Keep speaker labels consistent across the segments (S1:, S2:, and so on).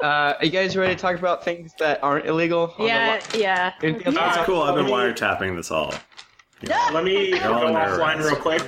S1: Uh, are you guys ready to talk about things that aren't illegal? on the
S2: Yeah, yeah.
S1: li- anything else?
S3: That's
S4: Uh,
S3: cool. I've been
S4: let me-
S3: wiretapping this all.
S4: Let me go
S3: on there,
S4: offline
S3: Rex.
S4: real quick.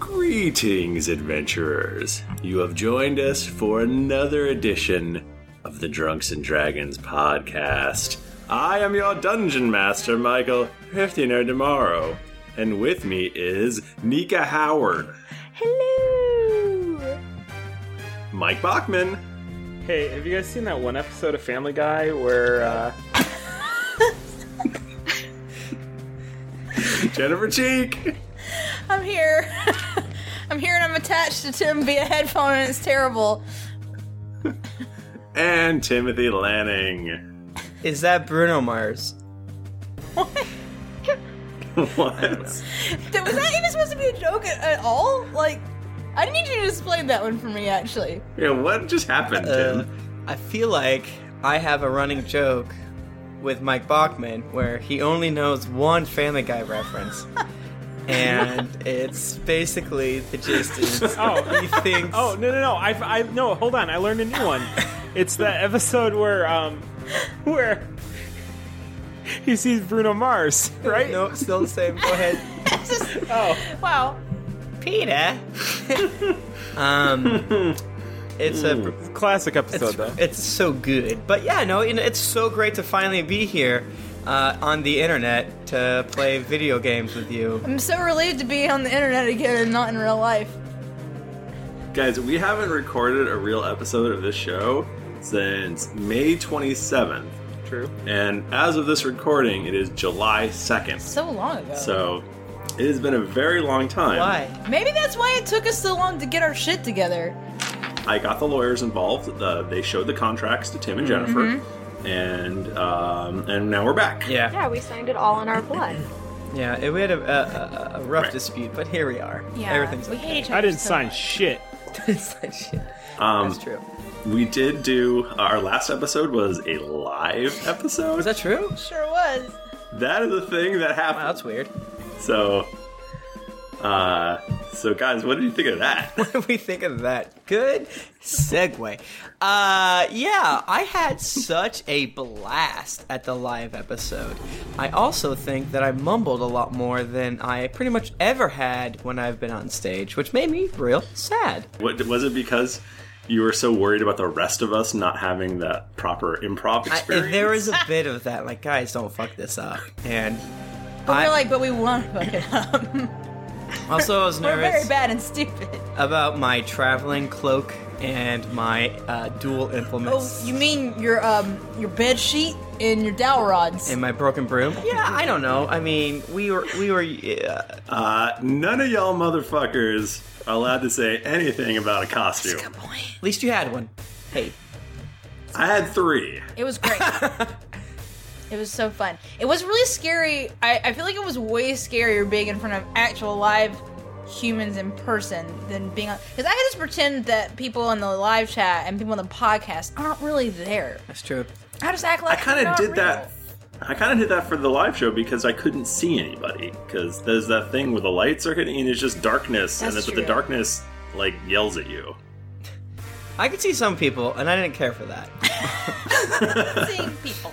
S3: Greetings, adventurers. You have joined us for another edition of the Drunks and Dragons podcast. I am your dungeon master, Michael Fiftiner tomorrow, and with me is Nika Howard,
S2: Hello.
S3: Mike Bachman,
S4: Hey, have you guys seen that one episode of Family Guy where uh,
S3: Jennifer Cheek,
S2: I'm here. I'm here and I'm attached to Tim via headphone and it's terrible.
S3: and Timothy Lanning.
S5: Is that Bruno Mars?
S3: what?
S2: Th- Was that even supposed to be a joke at, at all? Like, I need you to display that one for me, actually.
S3: Yeah, what just happened,
S5: Uh,
S3: Tim?
S5: I feel like I have a running joke with Mike Bachman where he only knows one Family Guy reference. and it's basically the gist is
S4: Oh.
S5: he thinks
S4: Oh no no no! I I no hold on! I learned a new one. It's the episode where um where he sees Bruno Mars, right?
S5: no, it's still the same. Go ahead.
S2: It's just,
S4: Oh,
S2: wow.
S5: Peter. um it's a
S4: classic episode
S5: it's,
S4: though.
S5: it's so good. But yeah, no, you know, it's so great to finally be here uh, on the internet to play video games with you.
S2: I'm so relieved to be on the internet again and not in real life.
S3: Guys, we haven't recorded a real episode of this show since May 27th.
S4: True.
S3: And as of this recording, it is July 2nd.
S2: So long ago.
S3: So it has been a very long time.
S5: Why?
S2: Maybe that's why it took us so long to get our shit together.
S3: I got the lawyers involved. Uh, they showed the contracts to Tim and Jennifer. And um, and now we're back.
S5: Yeah.
S6: Yeah, we signed it all in our blood.
S5: Yeah, it, we had a, a, a- a rough
S3: Right.
S5: dispute, but here we are.
S2: Yeah.
S5: Everything's
S2: we
S5: okay.
S2: hate each other.
S4: I didn't
S2: so
S4: sign
S2: much.
S4: shit.
S5: It's like shit.
S3: Um,
S5: That's true.
S3: we did do uh, our last episode was a live episode.
S5: Is that true?
S2: Sure was.
S3: that is a thing that
S5: Wow,
S3: happened.
S5: that's weird.
S3: so, uh, so guys, what did you think of that?
S5: What do we think of that? Good segue. Uh, yeah, I had such a blast at the live episode. I also think that I mumbled a lot more than I pretty much ever had when I've been on stage, which made me real sad.
S3: What was it because you were so worried about the rest of us not having that proper improv
S5: I, eh,
S3: experience?
S5: there is a bit of that, like, guys, don't fuck this up. And
S2: But
S5: I-
S2: we're like, but we want to fuck it up.
S5: also, I was
S2: we're
S5: nervous.
S2: very bad and stupid.
S5: about my traveling cloak and my uh, dual
S2: Oh,
S5: implements
S2: you mean your um your bed sheet and your dowel rods?
S5: and my broken broom. Yeah, I don't know. I mean, we were we were. Uh,
S3: Uh, none of y'all motherfuckers are allowed to say anything about a costume.
S5: at least you had one. Hey,
S3: I had three.
S2: It was great. it was so fun. It was really scary. I, I feel like it was way scarier being in front of actual live humans in person than being on. Because I had to pretend that people in the live chat and people on the podcast aren't really there.
S5: that's true.
S2: I just act
S3: I
S2: like
S3: kind
S2: they're
S3: of
S2: not
S3: did
S2: real.
S3: that. I kind of did that for the live show because I couldn't see anybody. Because there's that thing where the lights are hitting and it's just darkness, and
S2: That's
S3: it's, but the
S2: true.
S3: darkness like yells at you.
S5: I could see some people, and I didn't care for that.
S2: Seeing people.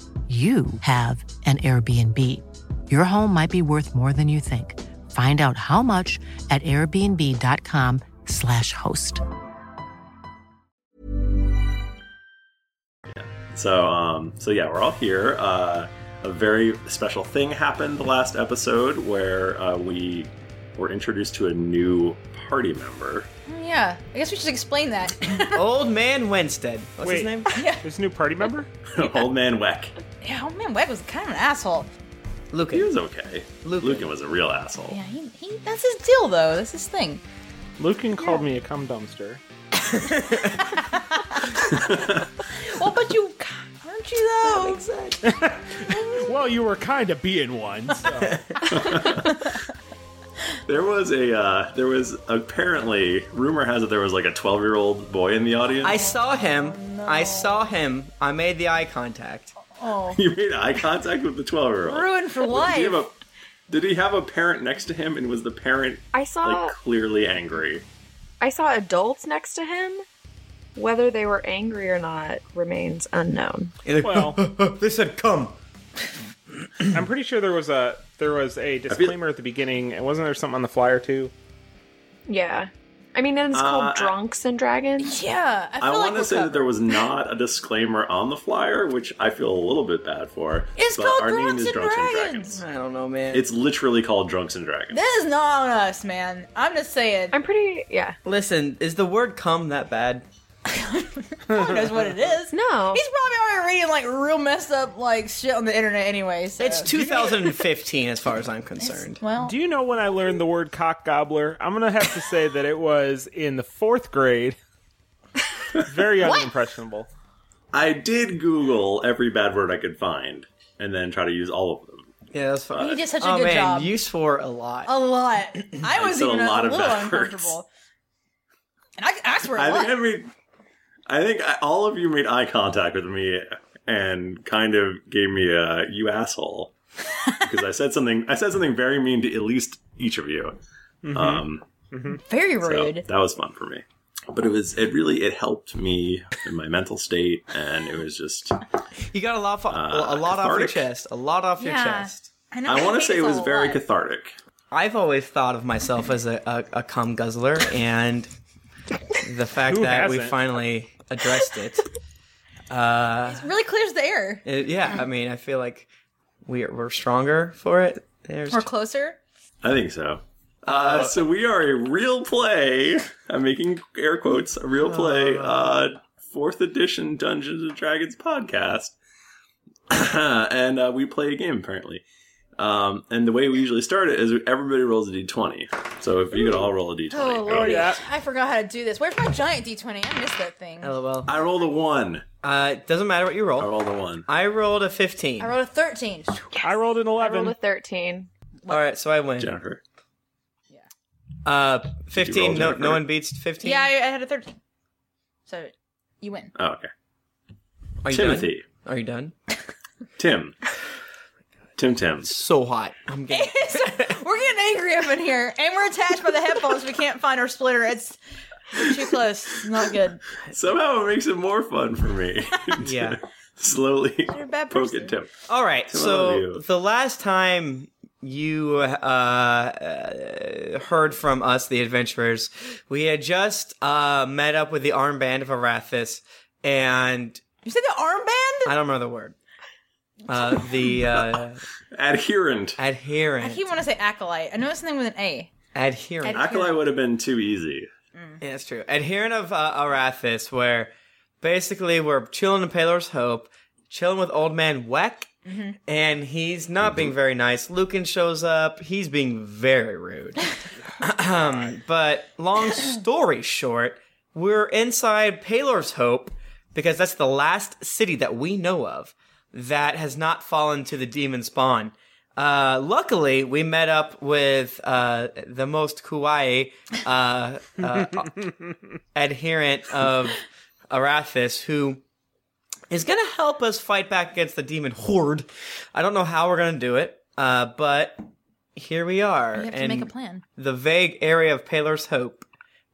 S7: you have an Airbnb. Your home might be worth more than you think. Find out how much at airbnb.com/slash host.
S3: So, um, so yeah, we're all here. Uh, a very special thing happened the last episode where uh, we were introduced to a new party member.
S2: Yeah, I guess we should explain that.
S5: Old Man Winstead. What's
S4: Wait.
S5: his name?
S4: There's a new party member?
S3: Old Man Weck.
S2: yeah, oh man, Weg was kind of an asshole.
S5: Lucan.
S3: He was okay. Lucan, was a real asshole.
S2: Yeah, he, he, that's his deal though. That's his thing.
S4: Lucan called me a cum dumpster.
S2: Well, Oh, but you aren't you though?
S4: Well, you were kind of being one. So.
S3: There was a, uh, there was apparently, rumor has it there was like a 12 year old boy in the audience.
S5: I saw him. I saw him. I made the eye contact.
S2: Oh,
S3: you made eye contact with the 12 year old.
S2: ruined for
S3: Did he, have
S2: life.
S3: a, did he have a parent next to him and was the parent
S8: I saw
S3: like clearly angry?
S8: I saw adults next to him. Whether they were angry or not remains unknown.
S4: Well-
S5: they said come.
S4: I'm pretty sure there was a there was a disclaimer at the beginning, and wasn't there something on the flyer too?
S8: Yeah. I mean, it's
S3: Uh, I-
S8: called Drunks and Dragons.
S2: Yeah, I feel
S3: I
S2: like
S3: want
S2: we're
S3: to say
S2: covered.
S3: that there was not a disclaimer on the flyer, which I feel a little bit bad for.
S2: It's
S3: but
S2: called
S3: our name
S2: Drunks
S3: is
S2: and
S3: Drunks and
S2: Dragons.
S3: Dragons.
S5: I don't know, man.
S3: It's literally called Drunks and Dragons.
S2: This is not on us, man. I'm just saying.
S8: I'm pretty. Yeah.
S5: Listen, is the word "come" that bad?
S2: Who knows what it is?
S8: No.
S2: He's probably already reading like real messed up like shit on the internet anyway. So.
S5: It's 2015, as far as I'm concerned.
S2: well.
S4: Do you know when I learned the word cock gobbler? I'm gonna have to say that it was in the fourth grade. Very unimpressionable.
S3: I did Google every bad word I could find and then try to use all of them.
S5: Yeah, that's fine.
S2: You did such a
S5: oh
S2: good
S5: man,
S2: job.
S5: you swore a lot.
S2: a lot. I was
S3: said a
S2: even a,
S3: lot of
S2: little
S3: bad words.
S2: uncomfortable. And I, I swear a
S3: I
S2: lot.
S3: think I made. I think I, all of you made eye contact with me and kind of gave me a "you asshole" because I said something. I said something very mean to at least each of you.
S8: Mm-hmm.
S3: Um,
S2: Mm-hmm. Very
S3: so
S2: rude.
S3: that was fun for me. But it was. It really. It helped me in my mental state, and it was just.
S5: You got a lot, a lot off your
S3: Uh, cathartic.
S5: chest. A lot off your
S2: Yeah.
S5: chest.
S2: know,
S3: I
S2: hate
S3: want to say it
S2: us
S3: was
S2: a
S3: very
S2: lot.
S3: cathartic.
S5: I've always thought of myself as a, a, a cum guzzler, and the fact
S4: Who
S5: that we
S4: hasn't?
S5: finally addressed it, uh,
S2: It really clears the air.
S5: it- yeah, I mean, I feel like we're, we're stronger for it. There's
S2: We're closer.
S3: I think so. Uh, so we are a real play. I'm making air quotes. A real play. Uh, fourth edition Dungeons and Dragons podcast, and uh, we play a game apparently. Um, and the way we usually start it is everybody rolls a d20. So if you could all roll a d20,
S2: Oh
S3: go.
S2: lordy,
S4: yeah.
S2: I forgot how to do this. Where's my giant D20? I missed that thing. I
S5: lol.
S3: I rolled a one.
S5: Uh, it doesn't matter what you
S3: I
S5: roll.
S3: rolled a one.
S5: I rolled a 15.
S2: rolled a 13.
S4: I rolled an
S8: I rolled
S4: eleven.
S8: a 13.
S5: All right, so I win.
S3: Jennifer,
S5: Uh,
S3: You
S5: 15.
S3: rolled
S5: No,
S3: Jennifer.
S5: no one beats 15.
S2: Yeah, I, I had a 13. So you win.
S3: oh okay.
S5: Are you
S3: Timothy.
S5: Done? Are you done?
S3: Tim. Tim Tim.
S5: So hot. I'm getting
S2: We're getting angry up in here, and we're attached by the headphones. We can't find our splitter. It's we're too close. It's not good.
S3: Somehow it makes it more fun for me.
S5: Yeah.
S3: Slowly
S2: You're a bad
S3: poke at Tim.
S5: All right.
S3: Tim, I love
S5: so
S3: you.
S5: the last time you uh, uh, heard from us, the adventurers, we had just uh, met up with the armband of Arathis, and
S2: You said the armband?
S5: I don't remember the word. Uh, the uh,
S3: adherent.
S2: I
S5: Adherent.
S2: keep want to say acolyte. I know it's something with an A.
S5: Adherent.
S3: Acolyte would have been too easy.
S5: Yeah, that's true. Adherent of uh, Arathis, where basically we're chilling in Paler's Hope, chilling with old man Weck,
S2: Mhm.
S5: Mm-hmm. and he's not being very nice. Lucan shows up. He's being very rude. Ahem. but long story short, we're inside Palor's Hope because that's the last city that we know of that has not fallen to the demon spawn. Uh, luckily, we met up with uh, the most kawaii uh, uh, adherent of Arathis who is going to help us fight back against the demon horde. I don't know how we're going to do it, uh, but here we are.
S2: We have to
S5: and
S2: make a plan.
S5: The vague area of Paler's Hope,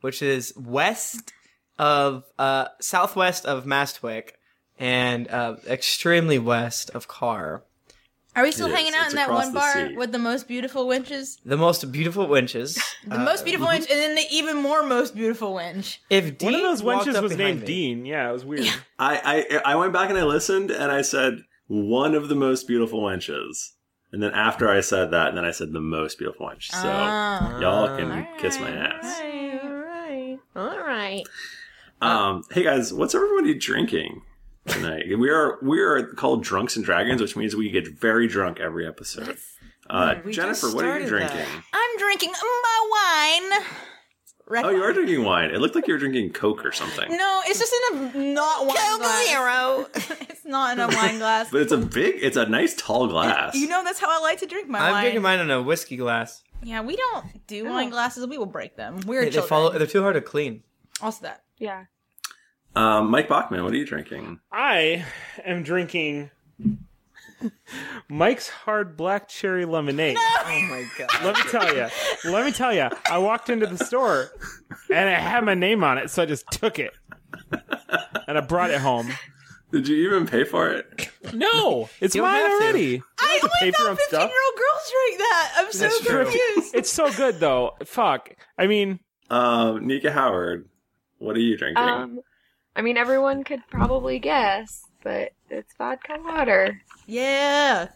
S5: which is west of uh, southwest of Mastwick and uh, extremely west of Carr.
S2: Are we still
S5: Yes,
S2: hanging out
S5: it's
S2: in that
S5: across
S2: one
S5: the
S2: bar
S5: sea.
S2: with the most beautiful winches?
S5: The most beautiful winches. Uh, mhm.
S2: The most beautiful winch, and then the even more most beautiful winch.
S5: If
S4: one of
S5: Dean
S4: those
S5: walked
S4: wenches
S5: up
S4: was
S5: behind
S4: named Dean, yeah, it was weird.
S3: I, I I went back and I listened and I said one of the most beautiful wenches. And then after I said that, and then I said the most beautiful wench. So
S9: Ah.
S3: y'all can kiss my ass.
S9: All right. All right.
S3: Um, hey guys, what's everybody drinking tonight? we are we are called Drunks and Dragons, which means we get very drunk every episode. Uh,
S2: We just
S3: Jennifer, what are you
S2: started
S3: drinking?
S2: I'm drinking my wine.
S3: Oh, you are drinking wine. It looked like you were drinking Coke or something.
S2: No, it's just in a not wine glass. Zero. it's not in a wine glass.
S3: But it's a big, it's a nice tall glass.
S2: You know that's how I like to drink my
S5: I'm
S2: wine.
S5: drinking mine in a whiskey glass.
S2: yeah, we don't do wine glasses. We will break them. We're
S5: They, they
S2: children.
S5: follow, they're too hard to clean.
S2: also that.
S8: Yeah.
S3: Um, Mike Bachman, what are you drinking?
S4: I am drinking Mike's Hard Black Cherry Lemonade.
S5: Oh my god.
S4: Let me tell you. Let me tell you. I walked into the store and it had my name on it, so I just took it and I brought it home.
S3: Did you even pay for it?
S4: No, it's
S3: You don't
S4: mine
S3: have to.
S4: already.
S2: I
S4: don't have to pay for own stuff.
S2: Girl, girls drink that. I'm so confused.
S4: It's so good though. Fuck. I mean,
S3: um, Nika Howard, what are you drinking?
S8: Um, I mean, everyone could probably guess, but it's vodka water.
S2: Yeah.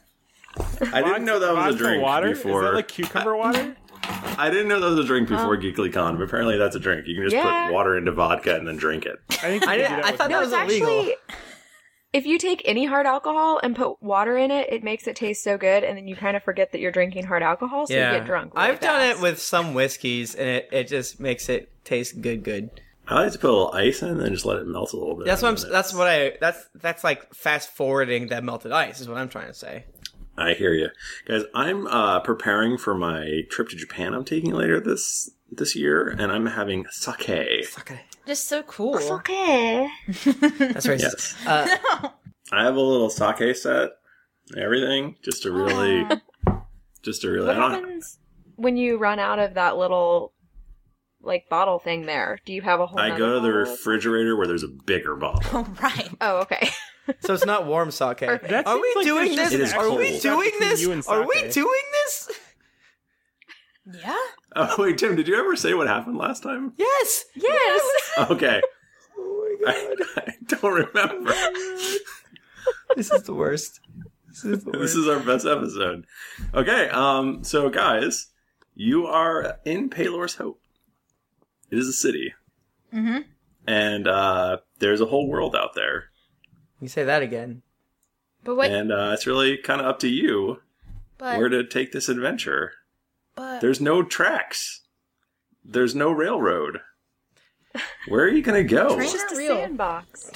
S3: I didn't know that was a
S4: vodka
S3: drink
S4: water? Is
S3: before.
S4: that like cucumber water?
S3: I didn't know that was a drink
S5: Oh.
S3: before GeeklyCon, but apparently that's a drink. You can just
S8: Yeah.
S3: put water into vodka and then drink it.
S4: I think
S5: I, did- I thought that was illegal.
S8: if you take any hard alcohol and put water in it, it makes it taste so good, and then you kind of forget that you're drinking hard alcohol, so you get drunk.
S5: I've done it with some whiskeys, and it, it just makes it taste good. Good.
S3: I like to put a little ice in and then just let it melt a little bit.
S5: That's what I'm. s- That's what I. That's that's like fast forwarding that melted ice is what I'm trying to say.
S3: I hear you, guys. I'm uh, preparing for my trip to Japan. I'm taking later this this year, and I'm having sake.
S2: Just so cool. It's
S8: okay.
S5: That's racist.
S3: Yes.
S5: Uh,
S3: I have a little sake set, and everything, just to really, just to really.
S8: What
S3: I don't-
S8: happens when you run out of that little like bottle thing there? Do you have a whole?
S3: I go to the refrigerator where there's a bigger bottle.
S8: Oh, okay.
S5: so it's not warm sake.
S8: That
S5: Are we
S8: seems like
S5: doing
S8: there's
S5: this?
S8: just an
S5: Are we
S8: actual
S5: doing
S8: difference between
S5: this?
S8: you
S5: Are
S8: and
S5: we
S8: sake.
S5: doing this?
S2: Yeah.
S3: Oh wait, Tim, did you ever say what happened last time?
S5: Yes.
S8: Yes.
S3: Okay.
S2: Oh
S3: I, I don't remember.
S5: this is the worst. This is,
S3: This is our best episode. Okay, um, so guys, you are in Palor's Hope. It is a city,
S2: Mm-hmm.
S3: and uh, there's a whole world out there,
S5: You say that again.
S2: But wait.
S3: and uh, it's really kind of up to you
S2: but,
S3: where to take this adventure.
S2: but
S3: There's no tracks. There's no railroad. Where are you gonna go?
S8: It's just a sandbox.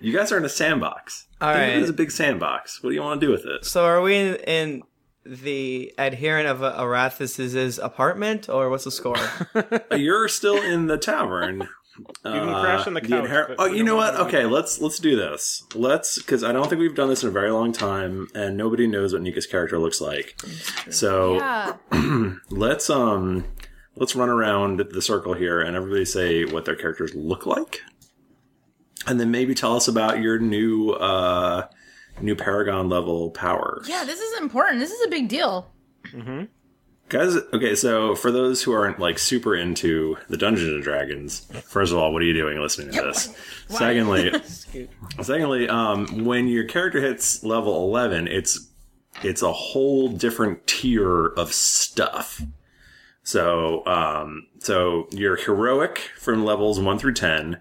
S3: You guys are in a sandbox.
S5: All
S3: Think of it
S5: right.
S3: as a big sandbox. What do you want to do with it?
S5: So are we in, in the adherent of Arathis's apartment, or what's the score?
S3: You're still in the tavern Uh,
S4: You can crash on the couch,
S3: inher-
S4: but
S3: oh,
S4: we
S3: you
S4: don't
S3: know
S4: want
S3: what? Okay, let's let's do this. Let's because I don't think we've done this in a very long time, and nobody knows what Nika's character looks like. So
S2: Yeah.
S3: let's um let's run around the circle here, and everybody say what their characters look like, and then maybe tell us about your new uh new Paragon level power.
S2: Yeah, this is important. This is a big deal.
S3: Mm-hmm. Guys, okay, so for those who aren't like super into the Dungeons and Dragons, first of all, what are you doing listening to this? Secondly, secondly, um, when your character hits level eleven, it's it's a whole different tier of stuff. So, um, so you're heroic from levels one through ten.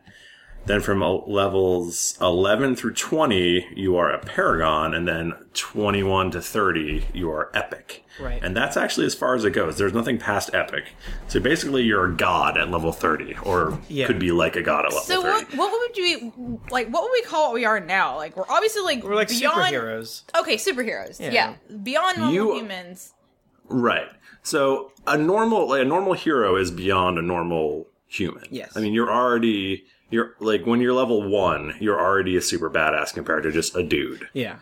S3: Then from el- levels 11 through 20, you are a paragon, and then 21 to 30, you are epic.
S5: Right.
S3: And that's actually as far as it goes. There's nothing past epic. So basically, you're a god at level 30, or
S5: Yeah.
S3: could be like a god at level
S2: So what,
S3: 30.
S2: what would you like? What would we call what we are now? Like we're obviously like we're
S3: like
S2: beyond,
S3: superheroes.
S2: Okay, superheroes.
S3: Yeah.
S2: Yeah, beyond normal
S3: You-
S2: humans.
S3: Right. So a normal like, a normal hero is beyond a normal human.
S2: Yes.
S3: I mean, you're already you're like when you're level 1, you're already a super badass compared to just a dude.
S5: Yeah.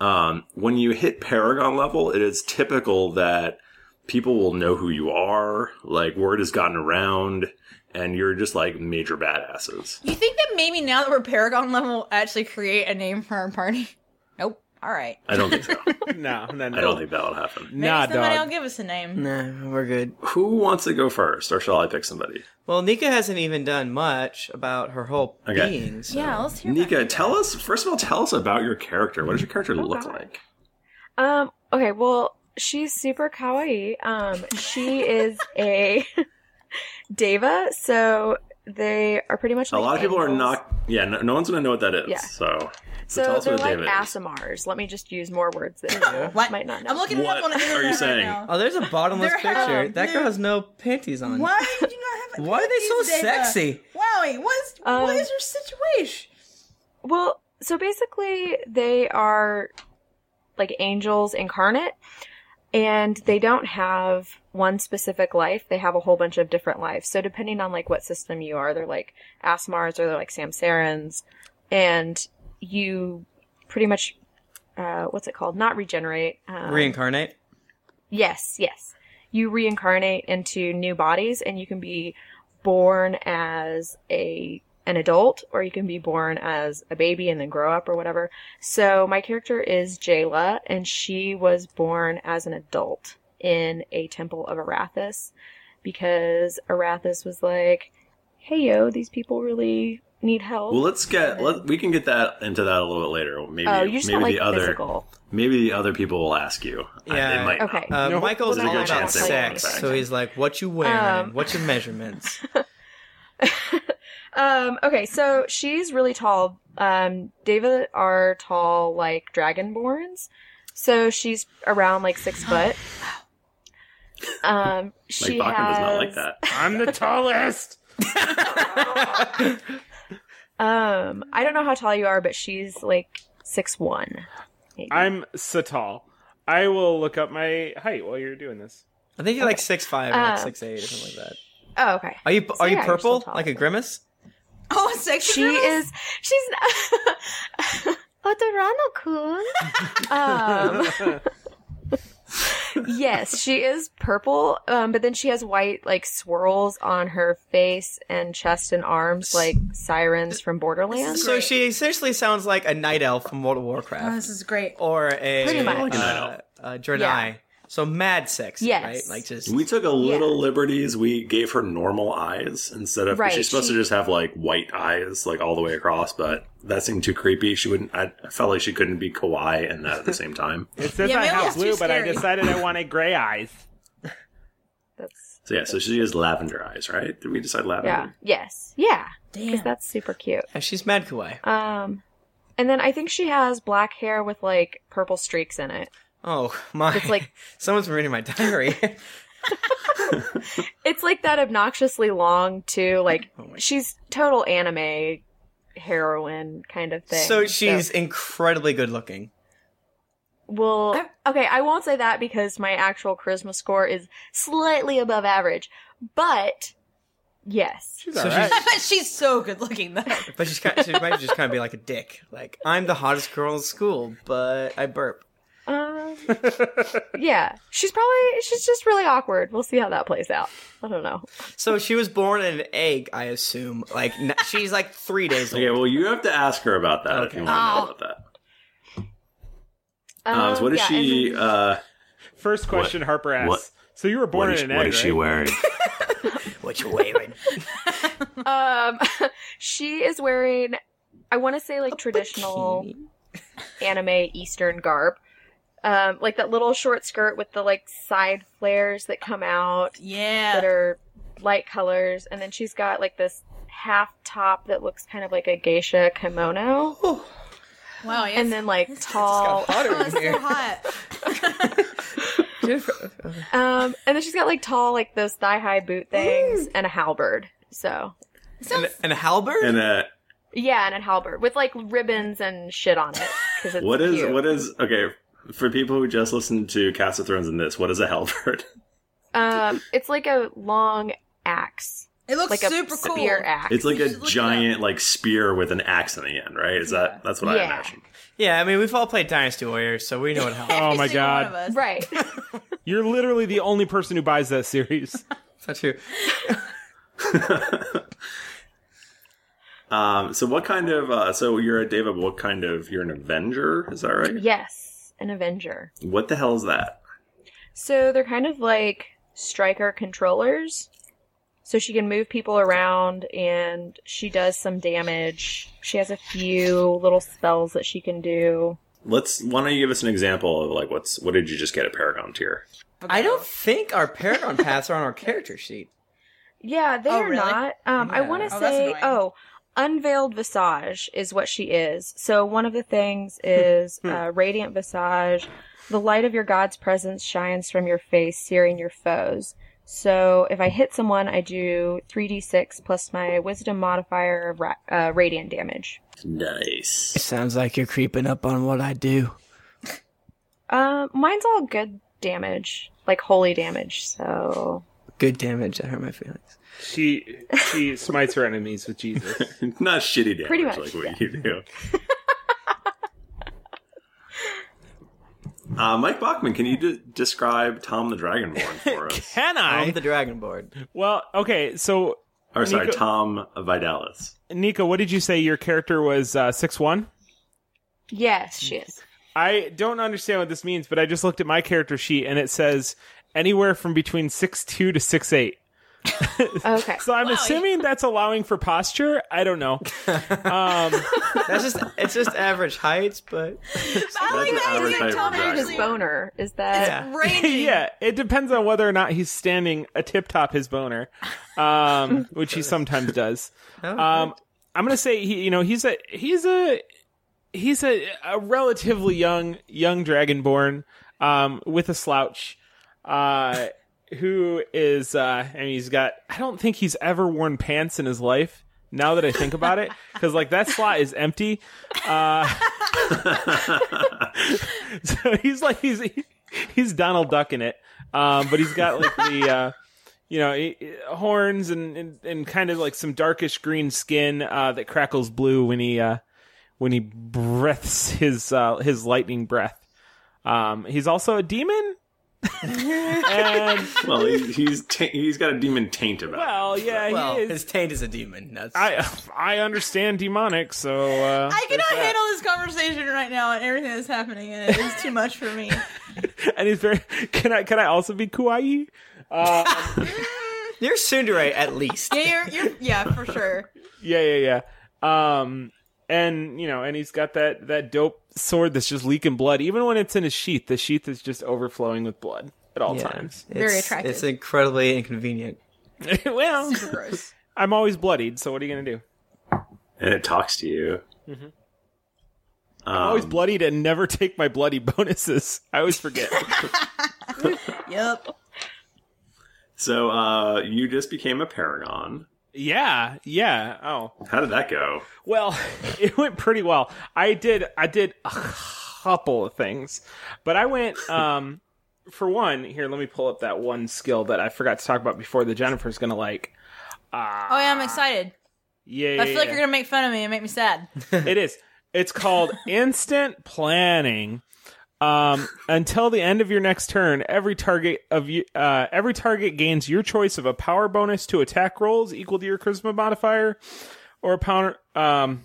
S3: Um, when you hit Paragon level, it is typical that people will know who you are. Like word has gotten around, and you're just like major badasses.
S2: You think that maybe now that we're Paragon level, we'll actually create a name for our party? Nope. All right.
S4: Uh,
S3: I don't think so.
S4: no, no,
S3: I don't think that'll happen.
S2: Maybe somebody will give us a name.
S5: Nah, we're good.
S3: Who wants to go first, or shall I pick somebody?
S5: Well, Nika hasn't even done much about her whole
S3: Okay.
S5: being. So.
S8: Yeah, let's hear
S3: Nika, tell us first of all. Tell us about your character. What does your
S8: Oh,
S3: character look like?
S8: Um. Okay. Well, she's super kawaii. Um. She is a deva, so they are pretty much
S3: A
S8: like
S3: lot of people are
S8: animals.
S3: not. Yeah, no, no one's gonna know what that is.
S8: Yeah.
S3: So, so,
S8: So,
S3: tell us
S8: they're
S3: what
S8: like
S3: David is.
S8: Asimars. Let me just use more words that you might not know.
S2: I'm looking
S3: What
S2: it up on the internet
S3: are you
S2: right
S3: saying?
S2: now.
S5: Oh, there's a bottomless
S2: They're-
S5: picture.
S2: um,
S5: that
S2: they're-
S5: girl has no panties on.
S2: Why did you not have?
S5: Why are they so
S2: Deva?
S5: sexy?
S2: Wowie, what is what
S8: Um,
S2: is your situation?
S8: Well, so basically, they are like angels incarnate, and they don't have one specific life. They have a whole bunch of different lives. So depending on like what system you are, they're like Asmars or they're like Samsarans, and you pretty much uh, what's it called? Not regenerate. Um,
S5: Reincarnate.
S8: Yes, yes. You reincarnate into new bodies and you can be born as a an adult or you can be born as a baby and then grow up or whatever. So my character is Jayla and she was born as an adult in a temple of Arathis because Arathis was like, "Hey yo, these people really need help."
S3: Well, let's get let we can get that into that a little bit later. Maybe
S8: Oh, you just
S3: maybe
S8: don't
S3: the
S8: like
S3: other
S8: physical.
S3: maybe the other people will ask you. I-
S5: Yeah.
S3: they might
S8: Okay.
S3: not.
S5: Uh,
S8: No,
S5: Michael's
S8: well,
S5: all
S8: then I
S5: about
S8: won't say
S5: sex,
S8: anything.
S5: so he's like, "What you wearing?
S8: Um,
S5: What's your measurements?"
S8: Um, okay, so she's really tall. Um, David are tall like dragonborns. So she's around like six foot. Um,
S3: Like
S8: she
S3: Bakken does not like
S8: has-
S3: that.
S4: I'm the tallest.
S8: Um, I don't know how tall you are, but she's like six one.
S4: I'm so tall. I will look up my height while you're doing this.
S5: I think you're like six five or like
S8: Um,
S5: six eight or something like that.
S8: Oh, okay.
S5: Are you
S8: So
S5: are
S8: yeah,
S5: you
S8: you're
S5: purple
S8: still tall.
S5: like a grimace?
S2: Oh, sexy.
S8: She is. She's. Otorano-kun. um, yes, she is purple, um, but then she has white like swirls on her face and chest and arms, like sirens from Borderlands.
S5: So she essentially sounds like a night elf from World of Warcraft.
S2: Oh, this is great.
S5: Or a
S8: Pretty much.
S5: uh, uh, Draenei.
S8: Yeah.
S5: So mad sexy,
S8: Yes.
S5: right? Like just
S3: We took a little liberties. We gave her normal eyes instead of
S8: Right,
S3: she's supposed
S8: she-
S3: to just have like white eyes like all the way across, but that seemed too creepy. She wouldn't. I, I felt like she couldn't be kawaii and that at the same time.
S4: It says
S2: Yeah,
S4: I
S2: maybe
S4: have
S2: it's too
S4: blue, but I
S2: scary.
S4: decided I wanted gray eyes.
S3: So yeah, so she has lavender eyes, right? Did we decide
S8: yeah.
S3: lavender?
S8: Yes. Yeah. Because that's super cute.
S5: Yeah, she's mad kawaii.
S8: Um, and then I think she has black hair with like purple streaks in it.
S5: Oh my!
S8: It's like-
S5: someone's reading my diary.
S8: It's like that obnoxiously long too. Like
S2: Oh
S8: she's total anime heroine kind of thing.
S5: so she's incredibly good looking.
S8: well. okay, I won't say that because my actual charisma score is slightly above average, but Yes.
S5: She's So alright.
S2: but she's so good looking though.
S5: But she's kind. She might just kind of be like a dick. Like I'm the hottest girl in school, but I burp.
S8: Um, yeah, she's probably she's just really awkward. We'll see how that plays out. I don't know.
S5: So she was born in an egg, I assume. Like n- she's like three days old.
S3: Okay, well, you have to ask her about that if you want to know
S8: Oh.
S3: about that. Um, so what is she? Uh,
S4: First question Harper asks.
S3: what-
S4: so you were born
S3: what is,
S4: in an egg,
S3: what is she
S4: right?
S3: wearing?
S5: what you wearing?
S8: um, she is wearing, I want to say like traditional anime Eastern garb, um, like that little short skirt with the like side flares that come out,
S2: yeah,
S8: that are light colors, and then she's got like this half top that looks kind of like a geisha kimono.
S2: Wow, yes.
S8: and then like tall.
S2: hot.
S8: Um, and then she's got like tall, like those thigh high boot things, and a halberd. So
S5: And, and a halberd?
S3: And a
S8: yeah, and a halberd with like ribbons and shit on it. 'cause it's
S3: what is
S8: cute.
S3: what is okay for people who just listened to Cast of Thrones and this? What is a halberd?
S8: Um, it's like a long axe.
S2: It looks
S8: like a
S2: super cool.
S8: spear axe.
S3: It's like a giant like spear with an axe in the end, right? Is that that's what I
S8: Yeah.
S3: imagine?
S5: Yeah, I mean we've all played Dynasty Warriors, so we know what halberd.
S4: Oh my god.
S8: Right.
S4: You're literally the only person who buys that series.
S5: That's true.
S3: Um, so what kind of uh, so you're a David? What kind of you're an Avenger? Is that right?
S8: Yes, an Avenger.
S3: What the hell is that?
S8: So they're kind of like striker controllers. So she can move people around and she does some damage. She has a few little spells that she can do.
S3: Let's. Why don't you give us an example of like what's what did you just get at Paragon tier?
S5: I don't think our paragon paths are on our character sheet.
S8: Yeah, they
S5: Oh,
S8: are
S5: really?
S8: not. Um, I
S5: Yeah.
S8: want to
S5: Oh, that's
S8: say,
S5: annoying.
S8: oh, unveiled visage is what she is. So one of the things
S5: Hmm.
S8: is uh, radiant visage. The light of your god's presence shines from your face, searing your foes. So if I hit someone, I do 3d6 plus my wisdom modifier of ra- uh, radiant damage.
S3: Nice.
S5: Sounds like you're creeping up on what I do.
S8: Um, mine's all good damage, like holy damage. So
S5: Good damage. That hurt my feelings.
S4: She she smites her enemies with Jesus.
S3: Not shitty damage
S8: Pretty much,
S3: like what you do. uh, Mike Bachman, can you de- describe Tom the Dragonborn for us?
S4: Can I?
S5: the Dragonborn.
S4: Well, Um, okay, so
S3: Or sorry,
S4: Nico-
S3: Tom Vidalis.
S4: Nika, what did you say your character was uh six one?
S8: yes, she is.
S4: I don't understand what this means, but I just looked at my character sheet and it says anywhere from between six two to six eight.
S8: Okay.
S4: So I'm assuming that's allowing for posture. I don't know. Um,
S5: That's just it's just average heights, but
S4: That's an average height for a
S8: his
S4: dragonborn.
S8: boner is that
S4: yeah, it depends on whether or not he's standing a tip top his boner, um, which he sometimes does. Um, I'm gonna say he, you know, he's a he's a he's a, a relatively young young dragonborn um, with a slouch, uh, who is uh, and he's got. I don't think he's ever worn pants in his life. Now that I think about it, because like that slot is empty. Uh, so he's like he's he's Donald Duck in it, um, but he's got like the uh, you know he- he- horns and, and and kind of like some darkish green skin uh, that crackles blue when he uh, when he breaths his uh, his lightning breath. Um, he's also a demon. and
S3: Well, he, he's ta- he's got a demon taint about. him.
S4: well, yeah,
S5: Well,
S4: he is.
S5: his taint is a demon. That's
S4: I I understand demonic, so uh,
S2: I cannot handle this conversation right now and everything that's happening in it is too much for me.
S4: and he's very. Can I can I also be kawaii? Uh,
S5: you're tsundere at least.
S2: Yeah, you're, you're, yeah, for sure.
S4: Yeah, yeah, yeah. Um, and you know, and he's got that that dope sword that's just leaking blood. Even when it's in his sheath, the sheath is just overflowing with blood at all
S5: Yeah.
S4: times.
S5: It's- It's incredibly inconvenient.
S4: well, I'm always bloodied, so what are you gonna do?
S3: and it talks to you.
S4: Mhm.
S3: Um,
S4: I'm always bloodied and never take my bloody bonuses. I always forget.
S2: Yep.
S3: so uh, you just became a paragon.
S4: yeah, yeah. Oh,
S3: How did that go?
S4: Well, it went pretty well. I did I did a couple of things, but I went um for one, here let me pull up that one skill that I forgot to talk about before that Jennifer's going to like. Ah,
S2: Oh yeah, I'm excited.
S4: yeah,
S2: I feel like you're gonna make fun of me and make me sad.
S4: it is. It's called instant planning. Um, until the end of your next turn, every target of you, uh, every target gains your choice of a power bonus to attack rolls equal to your charisma modifier, or a power um,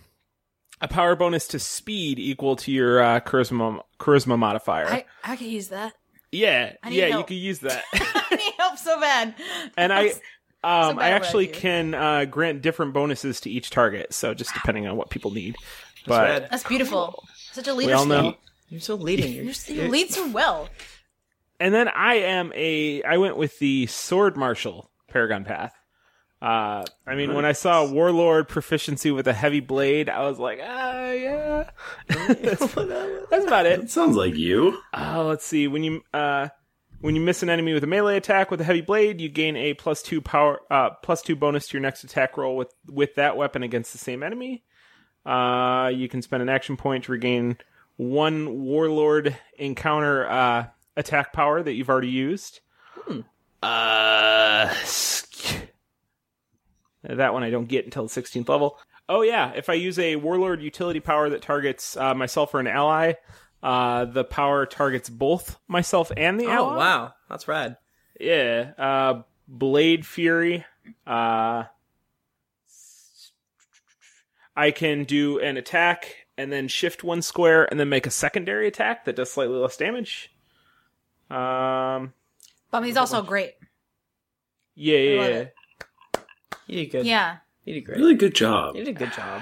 S4: a power bonus to speed equal to your uh, charisma charisma modifier.
S2: I I could use that.
S4: yeah,
S2: I need
S4: yeah, you
S2: help.
S4: could use that.
S2: I need help so bad.
S4: and I um,
S2: bad
S4: I
S2: what I
S4: actually
S2: do.
S4: can uh, grant different bonuses to each target, so just depending on what people need. But
S2: That's beautiful. Such a leader.
S4: we all
S2: skill.
S4: know.
S5: You're still leading.
S2: You're, you lead so well.
S4: And then I am a I went with the sword marshal Paragon Path. Uh, I mean, when I saw Warlord proficiency with a heavy blade, I was like, ah, yeah, that's, that's about it.
S3: Sounds like you.
S4: Oh, let's see. When you uh, when you miss an enemy with a melee attack with a heavy blade, you gain a plus two power uh, plus two bonus to your next attack roll with with that weapon against the same enemy. Uh, you can spend an action point to regain one warlord encounter uh, attack power that you've already used. Uh, sk- that one I don't get until the 16th level. Oh yeah, if I use a warlord utility power that targets uh, myself or an ally, uh, the power targets both myself and the ally.
S5: Oh wow, that's rad.
S4: Yeah, uh, Blade Fury. Uh, I can do an attack and then shift one square and then make a secondary attack that does slightly less damage. Um,
S2: But he's also great.
S4: yeah, yeah,
S2: love
S4: yeah.
S5: You did good.
S2: Yeah.
S5: You did great.
S3: Really good job.
S5: You did a good job.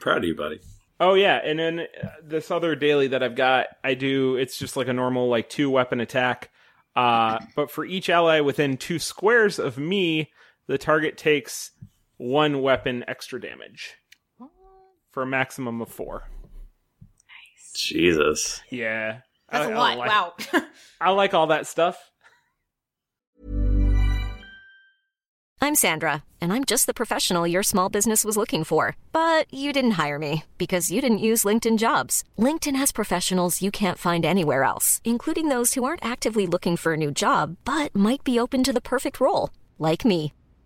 S3: Proud of you, buddy.
S4: Oh yeah, and then uh, this other daily that I've got, I do it's just like a normal like two weapon attack. Uh, but for each ally within two squares of me, the target takes one weapon extra damage for a maximum of four.
S3: Jesus.
S4: Yeah,
S2: That's
S4: a
S2: a lot. wow.
S4: I like all that stuff.
S10: I'm Sandra, and I'm just the professional your small business was looking for. But you didn't hire me because you didn't use LinkedIn jobs. LinkedIn has professionals you can't find anywhere else, including those who aren't actively looking for a new job but might be open to the perfect role, like me.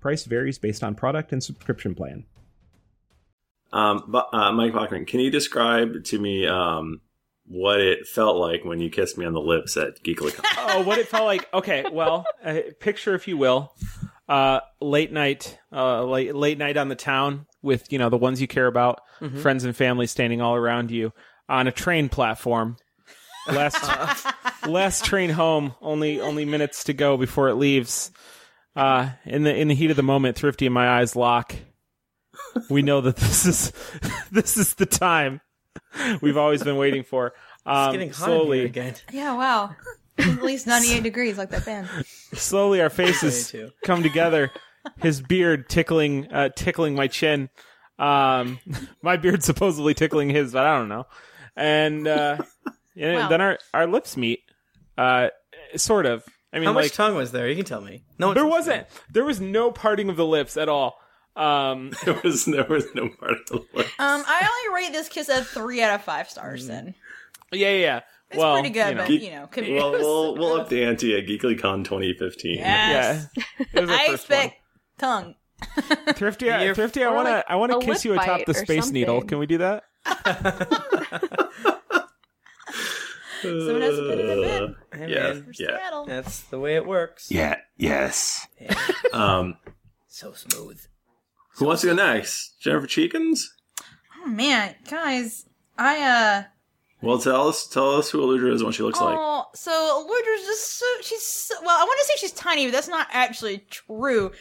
S11: Price varies based on product and subscription plan.
S3: Um, but, uh, Mike Bachman, can you describe to me um, what it felt like when you kissed me on the lips at GeeklyCon?
S4: oh, what it felt like. Okay, well, uh, picture if you will, uh, late night, uh, late late night on the town with you know the ones you care about,
S5: Mm-hmm.
S12: Mhm.
S4: friends and family standing all around you on a train platform. Last last train home, only only minutes to go before it leaves. Uh, in the in the heat of the moment, thrifty and my eyes lock. We know that this is this is the time we've always been waiting for. Um,
S5: getting hot in here
S4: slowly
S5: again.
S2: Yeah, wow. At least 98 degrees, like that band.
S4: Slowly, our faces come together. His beard tickling, uh, tickling my chin. Um, my beard supposedly tickling his, but I don't know. And, uh, and
S5: Wow.
S4: then our, our lips meet. Uh, sort of. I mean,
S5: How much
S4: like,
S5: tongue was there? You can tell me.
S4: no, there wasn't. There was no parting of the lips at all. Um,
S3: there was there was no parting of the lips.
S2: Um, I only rate this kiss a three out of five
S4: Mm.
S2: stars. Then
S4: Yeah, yeah, yeah.
S2: It's Well, pretty good, you know. but, you know, could be
S3: well,
S2: worse.
S3: we'll we'll up the ante at GeeklyCon 2015.
S2: Yes. I expect tongue.
S4: Thrifty, Thrifty, I
S2: or
S4: want to,
S2: like
S4: I want
S2: a
S4: to kiss
S2: lip
S4: you atop
S2: bite
S4: the
S2: or
S4: space needle.
S2: something.
S4: Can we do that?
S2: Someone has to put it in bed.
S5: Hey,
S3: yeah,
S5: man.
S3: yeah,
S5: Uh, That's the way it works.
S3: yeah, yes. um,
S5: So smooth.
S3: who wants to go next? Jennifer Cheekins.
S2: Oh man, guys, I uh.
S3: Well, tell us tell us who Aludra is and what she looks like.
S2: Oh, so Eludra's just so she's so, well. I want to say she's tiny, but that's not actually true.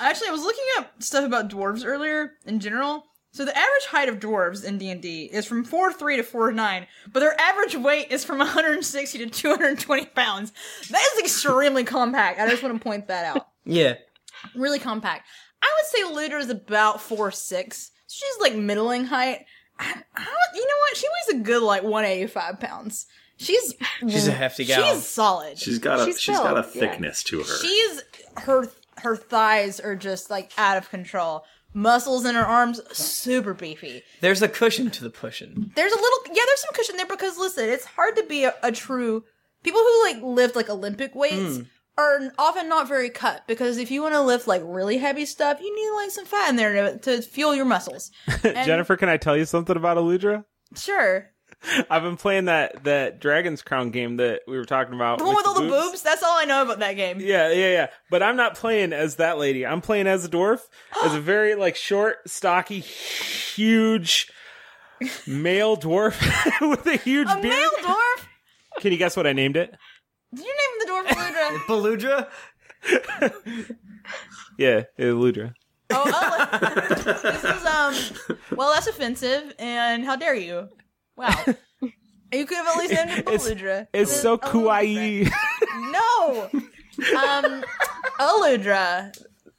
S2: Actually, I was looking up stuff about dwarves earlier in general. So the average height of dwarves in D and D is from four three to four nine, but their average weight is from 160 to 220 pounds. That is extremely compact. I just want to point that out.
S5: Yeah.
S2: Really compact. I would say Luder is about four six. She's like middling height. I, I don't, you know what? She weighs a good like 185 pounds. She's
S3: She's a hefty gal.
S2: She's solid.
S3: She's got a she's got a
S2: built, yeah.
S3: thickness to her.
S2: She's her her thighs are just like out of control. Muscles in her arms super beefy.
S5: There's a cushion to the pushing.
S2: There's a little yeah, there's some cushion there because listen, it's hard to be a, a true people who like lift like Olympic weights
S5: Mm.
S2: are often not very cut because if you want to lift like really heavy stuff, you need like some fat in there to, to fuel your muscles. And-
S4: Jennifer, can I tell you something about Aludra?
S2: sure.
S4: I've been playing that that Dragon's Crown game that we were talking about.
S2: The one with all the boobs. that's all I know about that game.
S4: Yeah, yeah, yeah. But I'm not playing as that lady. I'm playing as a dwarf, as a very like short, stocky, huge male dwarf with a huge beard.
S2: Male dwarf?
S4: Can you guess what I named it?
S2: Did you name the dwarf Ludra?
S5: Beludra?
S4: Yeah, Eludra.
S2: This is, um, well, that's offensive, and how dare you? Wow. You could have at least named it Beludra.
S4: It's so kawaii.
S2: No! Um, Aludra.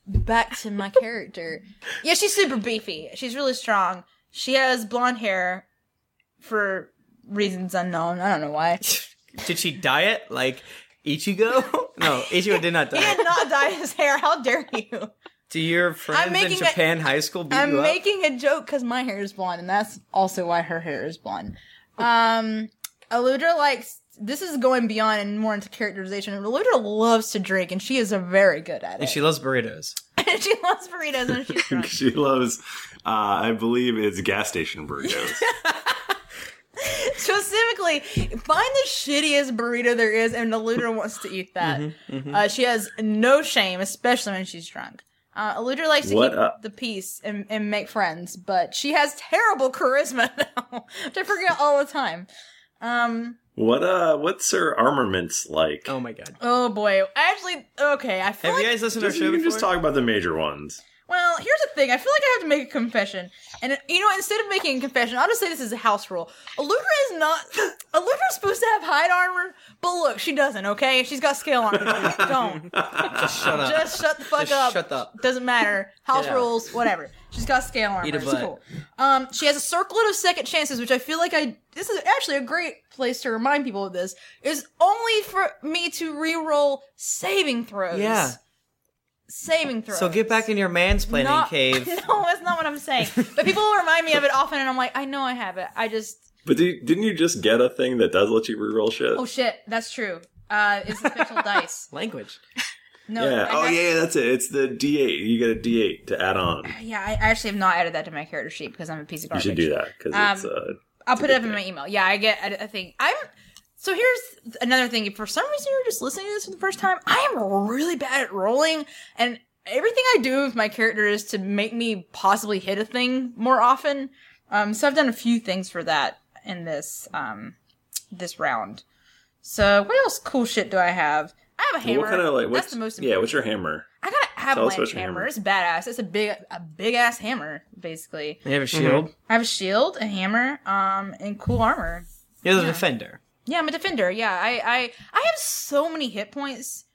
S2: Back to my character. Yeah, she's super beefy. She's really strong. She has blonde hair for reasons unknown. I don't know why.
S5: Did she diet like Ichigo? no, Ichigo did not
S2: He
S5: diet.
S2: did not dye his hair. How dare you?
S5: Do your friends in
S2: making a-
S5: Japan high school beat
S2: I'm
S5: you up?
S2: making a joke because my hair is blonde, and that's also why her hair is blonde. Um, Aludra likes. This is going beyond and more into characterization. Aludra loves to drink, and she is a very good at
S5: and
S2: it.
S5: she loves burritos.
S2: And she loves burritos, and she's drunk.
S3: she loves, uh, I believe it's gas station burritos.
S2: Specifically, find the shittiest burrito there is, and Aludra wants to eat that.
S3: Mm-hmm,
S2: Uh, she has no shame, especially when she's drunk. Uh, Aludra likes to
S3: What
S2: keep
S3: a-
S2: the peace and, and make friends, but she has terrible charisma now, which I forget all the time. Um,
S3: what uh? What's her armaments like?
S5: Oh my god!
S2: oh boy. Actually, okay, I feel
S5: Have
S2: like
S5: you guys listened to our
S3: Just,
S5: show
S3: you can
S5: before?
S3: just talk about the major ones.
S2: Well, here's the thing. I feel like I have to make a confession, and you know, instead of making a confession, I'll just say this is a house rule. Aludra is not. Aludra's supposed to have hide armor, but look, she doesn't. Okay, she's got scale armor. Don't.
S5: Just shut up.
S2: Just shut the fuck
S5: Just
S2: up.
S5: Shut up.
S2: Doesn't matter. House
S5: Yeah.
S2: rules, whatever. She's got scale armor.
S5: Eat a
S2: It's
S5: butt.
S2: cool. Um, she has a circlet of second chances, which I feel like I. This is actually a great place to remind people of this. Is only for me to reroll saving throws.
S5: Yeah.
S2: Saving throws.
S5: So get back in your mansplaining
S2: Not-
S5: cave.
S2: No, that's not what I'm saying. But people remind me of it often, and I'm like, I know I have it. I just,
S3: But do you, didn't you just get a thing that does let you reroll shit?
S2: oh shit, that's true. Uh, it's the special dice.
S5: Language.
S2: No.
S3: yeah.
S2: I
S3: Oh
S2: have-
S3: yeah, that's it. It's the D8. You get a D8 to add on.
S2: Yeah, I actually have not added that to my character sheet because I'm a piece of
S3: You
S2: garbage.
S3: should do that because it's.
S2: Um,
S3: Uh,
S2: I'll put it up in my email. Yeah, I get. I, I think I'm. So here's another thing. If for some reason you're just listening to this for the first time, I am really bad at rolling, and everything I do with my character is to make me possibly hit a thing more often. Um, so I've done a few things for that in this um, this round. So what else cool shit do I have? I have a hammer.
S3: what kind of like what's
S2: That's the most.
S3: yeah? What's your hammer?
S2: I gotta have
S3: Tell
S2: my
S3: us
S2: hammer.
S3: about your hammer.
S2: It's badass. It's a big a big ass hammer, basically.
S5: You have a shield.
S2: I have a shield, a hammer, um, and cool armor.
S5: You're the defender.
S2: Yeah, I'm a defender. Yeah, I I I have so many hit points.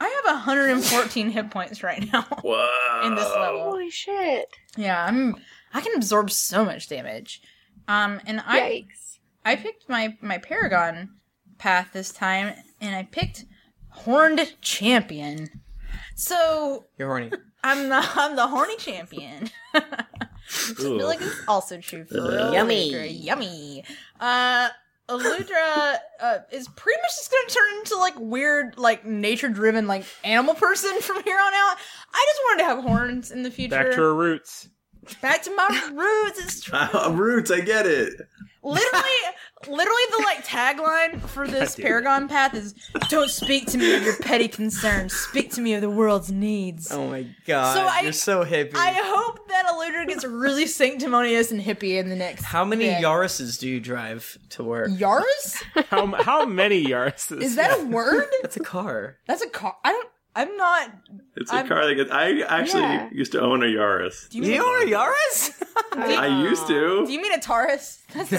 S2: I have 114 hit points right now
S3: Whoa.
S2: in this level.
S8: Holy shit!
S2: Yeah, I'm I can absorb so much damage. Um, and I I picked my my Paragon path this time, and I picked Horned Champion. So
S5: You're horny.
S2: I'm the I'm the horny champion. I feel like it's also true for
S5: Uh,
S2: Aludra.
S5: Yummy.
S2: Yummy. Uh, Aludra uh, is pretty much just gonna turn into like weird, like nature-driven, like animal person from here on out. I just wanted to have horns in the future.
S4: Back to her roots.
S2: Back to my roots. It's true.
S3: roots. I get it.
S2: Literally, literally, the like tagline for this
S3: God damn it.
S2: Paragon path is "Don't speak to me of your petty concerns. Speak to me of the world's needs."
S5: Oh my god.
S2: So I-
S5: You're so hippie.
S2: I hope that Eludra gets really sanctimonious and hippie in the next.
S5: How many
S2: bit.
S5: Yaruses do you drive to work?
S2: Yaris?
S4: How how many Yaruses?
S2: Is that a word?
S5: That's a car.
S2: That's a car. I don't. I'm not.
S3: It's a
S2: I'm-
S3: car that gets. I actually
S2: Yeah.
S3: used to own a Yaris.
S2: Do you mean- You own
S3: a
S5: Yaris?
S3: I used
S2: Do
S3: to.
S2: you mean a Taurus? That's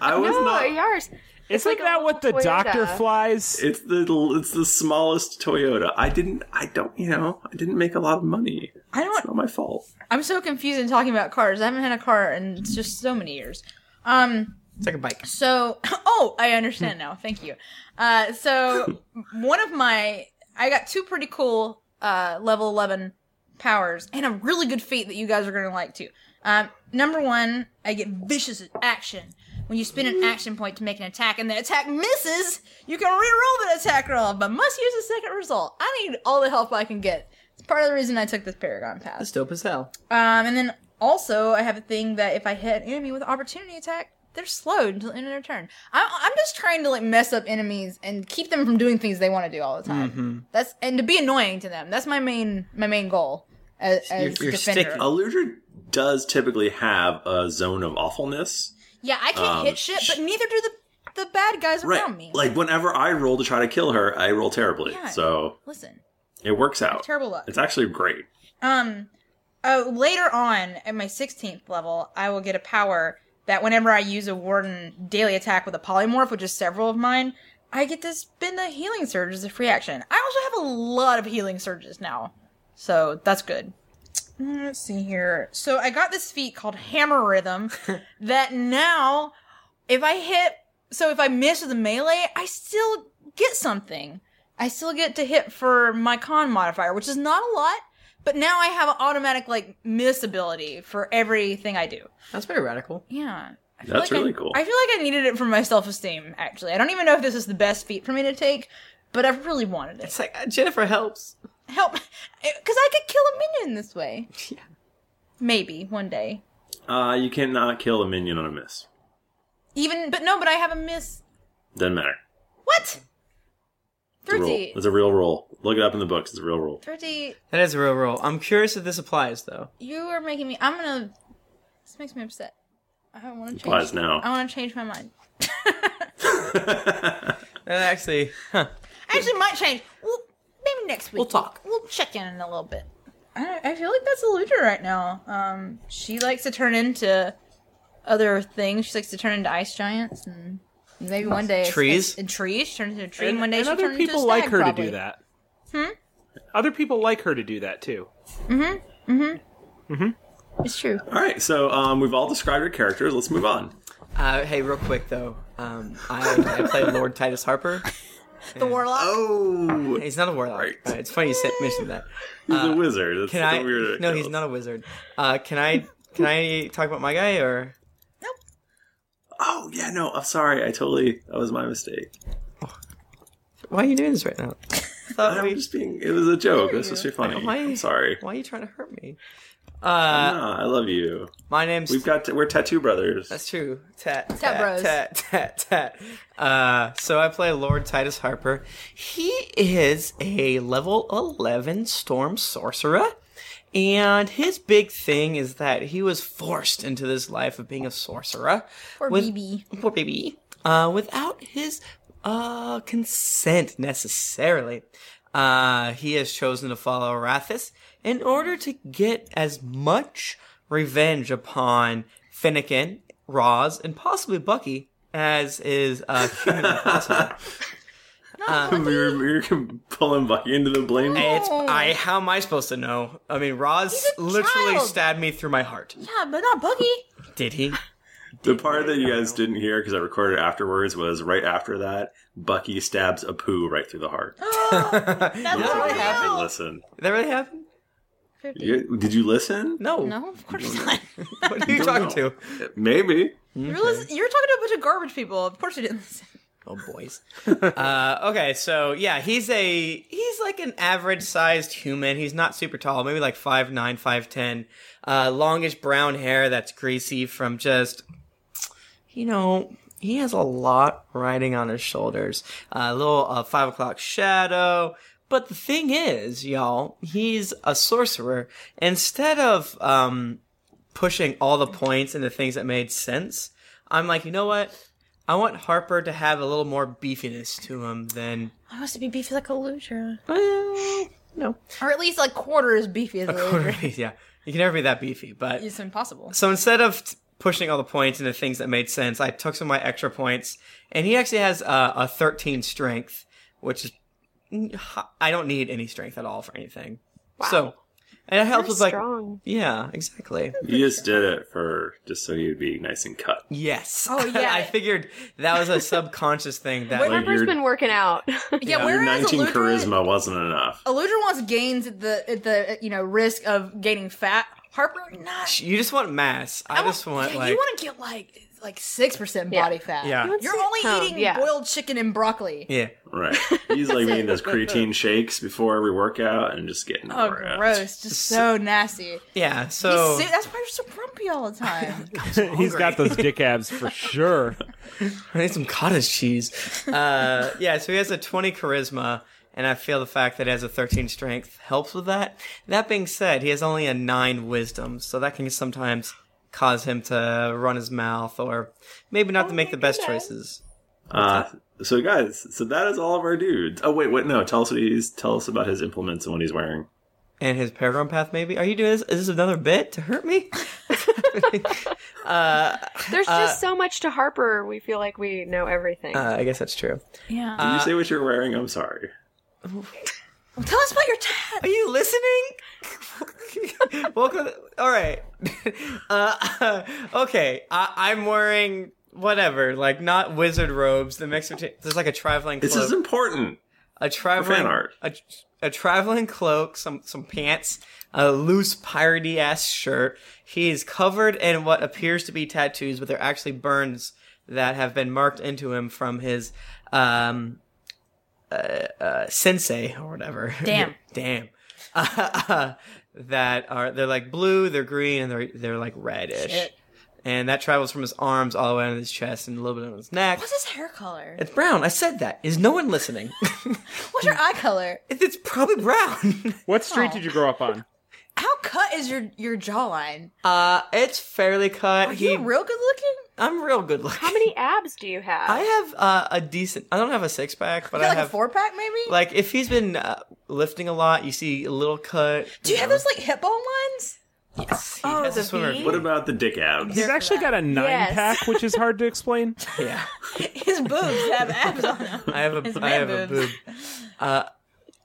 S3: I was
S8: no,
S3: not.
S8: Yaris. It's
S4: Isn't
S8: like a
S4: that what the
S8: little
S4: doctor
S8: Toyota.
S4: flies?
S3: It's the it's the smallest Toyota. I didn't. I don't. You know. I didn't make a lot of money.
S2: I don't.
S3: It's not my fault.
S2: I'm so confused in talking about cars. I haven't had a car in just so many years. Um.
S5: It's like a bike.
S2: So, oh, I understand now. Thank you. Uh, so, one of my, I got two pretty cool uh, level 11 powers and a really good feat that you guys are going to like too. Um, number one, I get vicious action. When you spend an action point to make an attack and the attack misses, you can reroll the attack roll, but must use a second result. I need all the help I can get. It's part of the reason I took this Paragon path.
S5: That's dope as hell.
S2: Um, and then also I have a thing that if I hit an enemy with opportunity attack, they're slowed until the end of their turn. I'm, I'm just trying to like mess up enemies and keep them from doing things they want to do all the time.
S3: Mm-hmm.
S2: That's and to be annoying to them. That's my main my main goal as, as defender.
S3: Aludra does typically have a zone of awfulness.
S2: Yeah, I can't
S3: Um,
S2: hit shit, but neither do the the bad guys around me.
S3: Like whenever I roll to try to kill her, I roll terribly.
S2: Yeah.
S3: So
S2: Listen,
S3: it works out.
S2: terrible luck.
S3: It's actually great.
S2: Um, uh, later on at my 16th level, I will get a power that whenever I use a warden daily attack with a polymorph, which is several of mine, I get to spend a healing surge as a free action. I also have a lot of healing surges now, so that's good. Mm, Let's see here. So I got this feat called Hammer Rhythm that now, if I hit, so if I miss with a melee, I still get something. I still get to hit for my con modifier, which is not a lot, but now I have an automatic like miss ability for everything I do.
S5: That's pretty radical.
S2: Yeah. I feel
S5: That's
S2: like I-
S5: really cool.
S2: I feel like I needed it for my self esteem, actually. I don't even know if this is the best feat for me to take, but I really wanted it. It's
S5: like, uh, Jennifer helps.
S2: Help. Because I could kill a minion this way. Yeah. Maybe one day.
S3: Uh, you cannot kill a minion on a miss.
S2: Even, but no, but I have a miss.
S3: Doesn't matter.
S2: What?
S3: It's a rule.
S2: 30.
S3: It's a real rule. Look it up in the books. It's a real rule.
S2: 30.
S5: That is a real rule. I'm curious if this applies though.
S2: You are making me. I'm gonna. This makes me upset. I don't want to
S5: Applies
S2: change.
S5: now.
S2: I want to change my mind.
S5: That actually, huh.
S2: I actually might change. Well, maybe next week.
S5: We'll talk.
S2: We'll check in in a little bit. I, I feel like that's Eluder right now. Um, she likes to turn into other things. She likes to turn into ice giants and maybe one day it's-
S5: Trees?
S2: it's- and trees. She turns into a tree.
S4: And,
S2: And, one day
S4: and
S2: she
S4: other
S2: turns into a
S4: people like
S2: stag,
S4: her
S2: probably.
S4: to do that.
S2: Hmm.
S4: Other people like her to do that too.
S2: Mm-hmm. Mm-hmm. Mm-hmm. It's true.
S3: All right, so um, we've all described our characters. Let's move on.
S5: Uh, hey, real quick though, um, I, I played Lord Titus Harper.
S2: The warlock.
S3: Oh,
S5: he's not a warlock. Uh, it's funny you said mentioned that. Uh,
S3: He's a wizard. That's
S5: can
S3: the
S5: I?
S3: weird-
S5: no, he's not a wizard. Uh, can I? Can I talk about my guy or?
S3: Oh yeah, no. I'm sorry. I totally. That was my mistake.
S5: Why are you doing this right now?
S3: I'm just being. It was a joke. It was supposed to be funny.
S5: Why-
S3: I'm sorry.
S5: Why are you trying to hurt me?
S3: Uh, I love you.
S5: My name's.
S3: We've got. we're tattoo brothers.
S5: That's true. Tat. Tat,
S2: bros.
S5: Tat, tat, tat. Uh, so I play Lord Titus Harper. He is a level 11 storm sorcerer. And his big thing is that he was forced into this life of being a sorcerer.
S2: Poor
S5: with-
S2: BB.
S5: Poor BB. Uh, without his uh, consent necessarily. Uh, he has chosen to follow Arathis in order to get as much revenge upon Finnegan, Roz, and possibly Bucky as is uh, humanly possible. Uh,
S3: we were, we were pulling Bucky into the blame.
S5: It's I. How am I supposed to know? I mean, Roz literally
S2: child.
S5: stabbed me through my heart.
S2: Yeah, but not Buggy.
S5: Did he?
S3: The part that you guys didn't hear because I recorded it afterwards was right after that. Bucky stabs a poo right through the heart.
S5: That really
S3: Didn't
S5: happened.
S3: listen.
S5: That really happened.
S3: You- did you listen?
S5: No.
S2: No, of course not.
S5: What are you talking to?
S3: Maybe.
S2: You realize- You're talking to a bunch of garbage people. Of course you didn't listen.
S5: Oh boys. uh, okay, so yeah, he's a he's like an average sized human. He's not super tall, maybe like five nine, five ten. Uh, longish brown hair that's greasy from just you know he has a lot riding on his shoulders. A little uh, five o'clock shadow. But the thing is, y'all, he's a sorcerer. Instead of um, pushing all the points and the things that made sense, I'm like, you know what? I want Harper to have a little more beefiness to him than
S2: I want to be beefy like a luger.
S5: no.
S2: Or at least like quarter as beefy as a luger.
S5: yeah. You can never be that beefy, but
S2: It's impossible.
S5: so instead of t- pushing all the points into things that made sense, I took some of my extra points, and he actually has uh, a 13 strength, which is I don't need any strength at all for anything. So and it helps
S8: You're
S5: with like
S8: strong.
S5: yeah, exactly.
S3: You just did it for just so you'd be nice and cut.
S5: Yes.
S8: Oh, yeah.
S5: I figured that was a subconscious thing that
S3: Like Harper's your- been
S2: working out. Yeah,
S3: your
S2: whereas
S3: 19
S2: Eludra,
S3: charisma wasn't enough.
S2: Eludra wants gains at the at the you know risk of gaining fat. Harper, not.
S5: you just want mass. I, just want
S2: Yeah,
S5: like
S2: you want to get like like six percent body fat.
S5: Yeah. You want
S2: you're
S5: six
S2: only
S5: pounds,
S2: eating
S5: yeah.
S2: boiled chicken and broccoli.
S5: Yeah.
S3: Right. He's like eating those creatine shakes before every workout and just getting
S2: Oh, gross! Just so nasty.
S5: Yeah,
S2: So that's why you're so grumpy all the time.
S4: He's got those dick abs for sure.
S5: I need some cottage cheese. Uh, yeah, so he has a 20 charisma, and I feel the fact that he has a 13 strength helps with that. That being said, he has only a 9 wisdom, so that can sometimes cause him to run his mouth or maybe
S8: Oh
S5: not to make the best choices.
S3: Uh, so guys, so that is all of our dudes. Oh wait, what? No, tell us what he's tell us about his implements and what he's wearing.
S5: And his paragon path, maybe? Are you doing this? Is this another bit to hurt me? uh,
S8: There's
S5: uh,
S8: just so much to Harper. We feel like we know everything.
S5: uh, I guess that's true.
S2: yeah.
S3: Did you say what you're wearing? I'm sorry.
S2: Tell us about your tat.
S5: Are you listening? Welcome. all right. Uh, okay. I, I'm wearing whatever, like not wizard robes. The mix of there's like a traveling. Cloak,
S3: This is important.
S5: A traveling
S3: fan art.
S5: A, a traveling cloak, some some pants, a loose piratey ass shirt. He's covered in what appears to be tattoos, but they're actually burns that have been marked into him from his um uh, uh sensei or whatever.
S2: Damn.
S5: Damn. that are they're like blue, they're green, and they're they're like reddish.
S2: Shit.
S5: And that travels from his arms all the way down his chest and a little bit on his neck.
S2: What's his hair color?
S5: It's brown. I said that. Is no one listening?
S2: What's your eye color?
S5: It's probably brown.
S4: What
S5: Oh.
S4: street did you grow up on?
S2: How cut is your your jawline?
S5: Uh, it's fairly cut.
S2: Are
S5: he
S2: you real good looking?
S5: I'm real good looking.
S8: How many abs do you have?
S5: I have uh, a decent. I don't have a six pack, but I
S2: like
S5: have
S2: a four pack, maybe.
S5: Like if he's been uh, lifting a lot, you see a little cut.
S2: Do you have those like hip bone ones?
S5: Yes.
S2: Oh, the V?
S3: What about the dick abs?
S4: He's actually got a nine
S2: Yes.
S4: pack, which is hard to explain.
S5: yeah,
S2: His boobs have abs on them.
S5: I have
S2: His
S5: a. I
S2: man
S5: have a
S2: boobs.
S5: boob. Uh,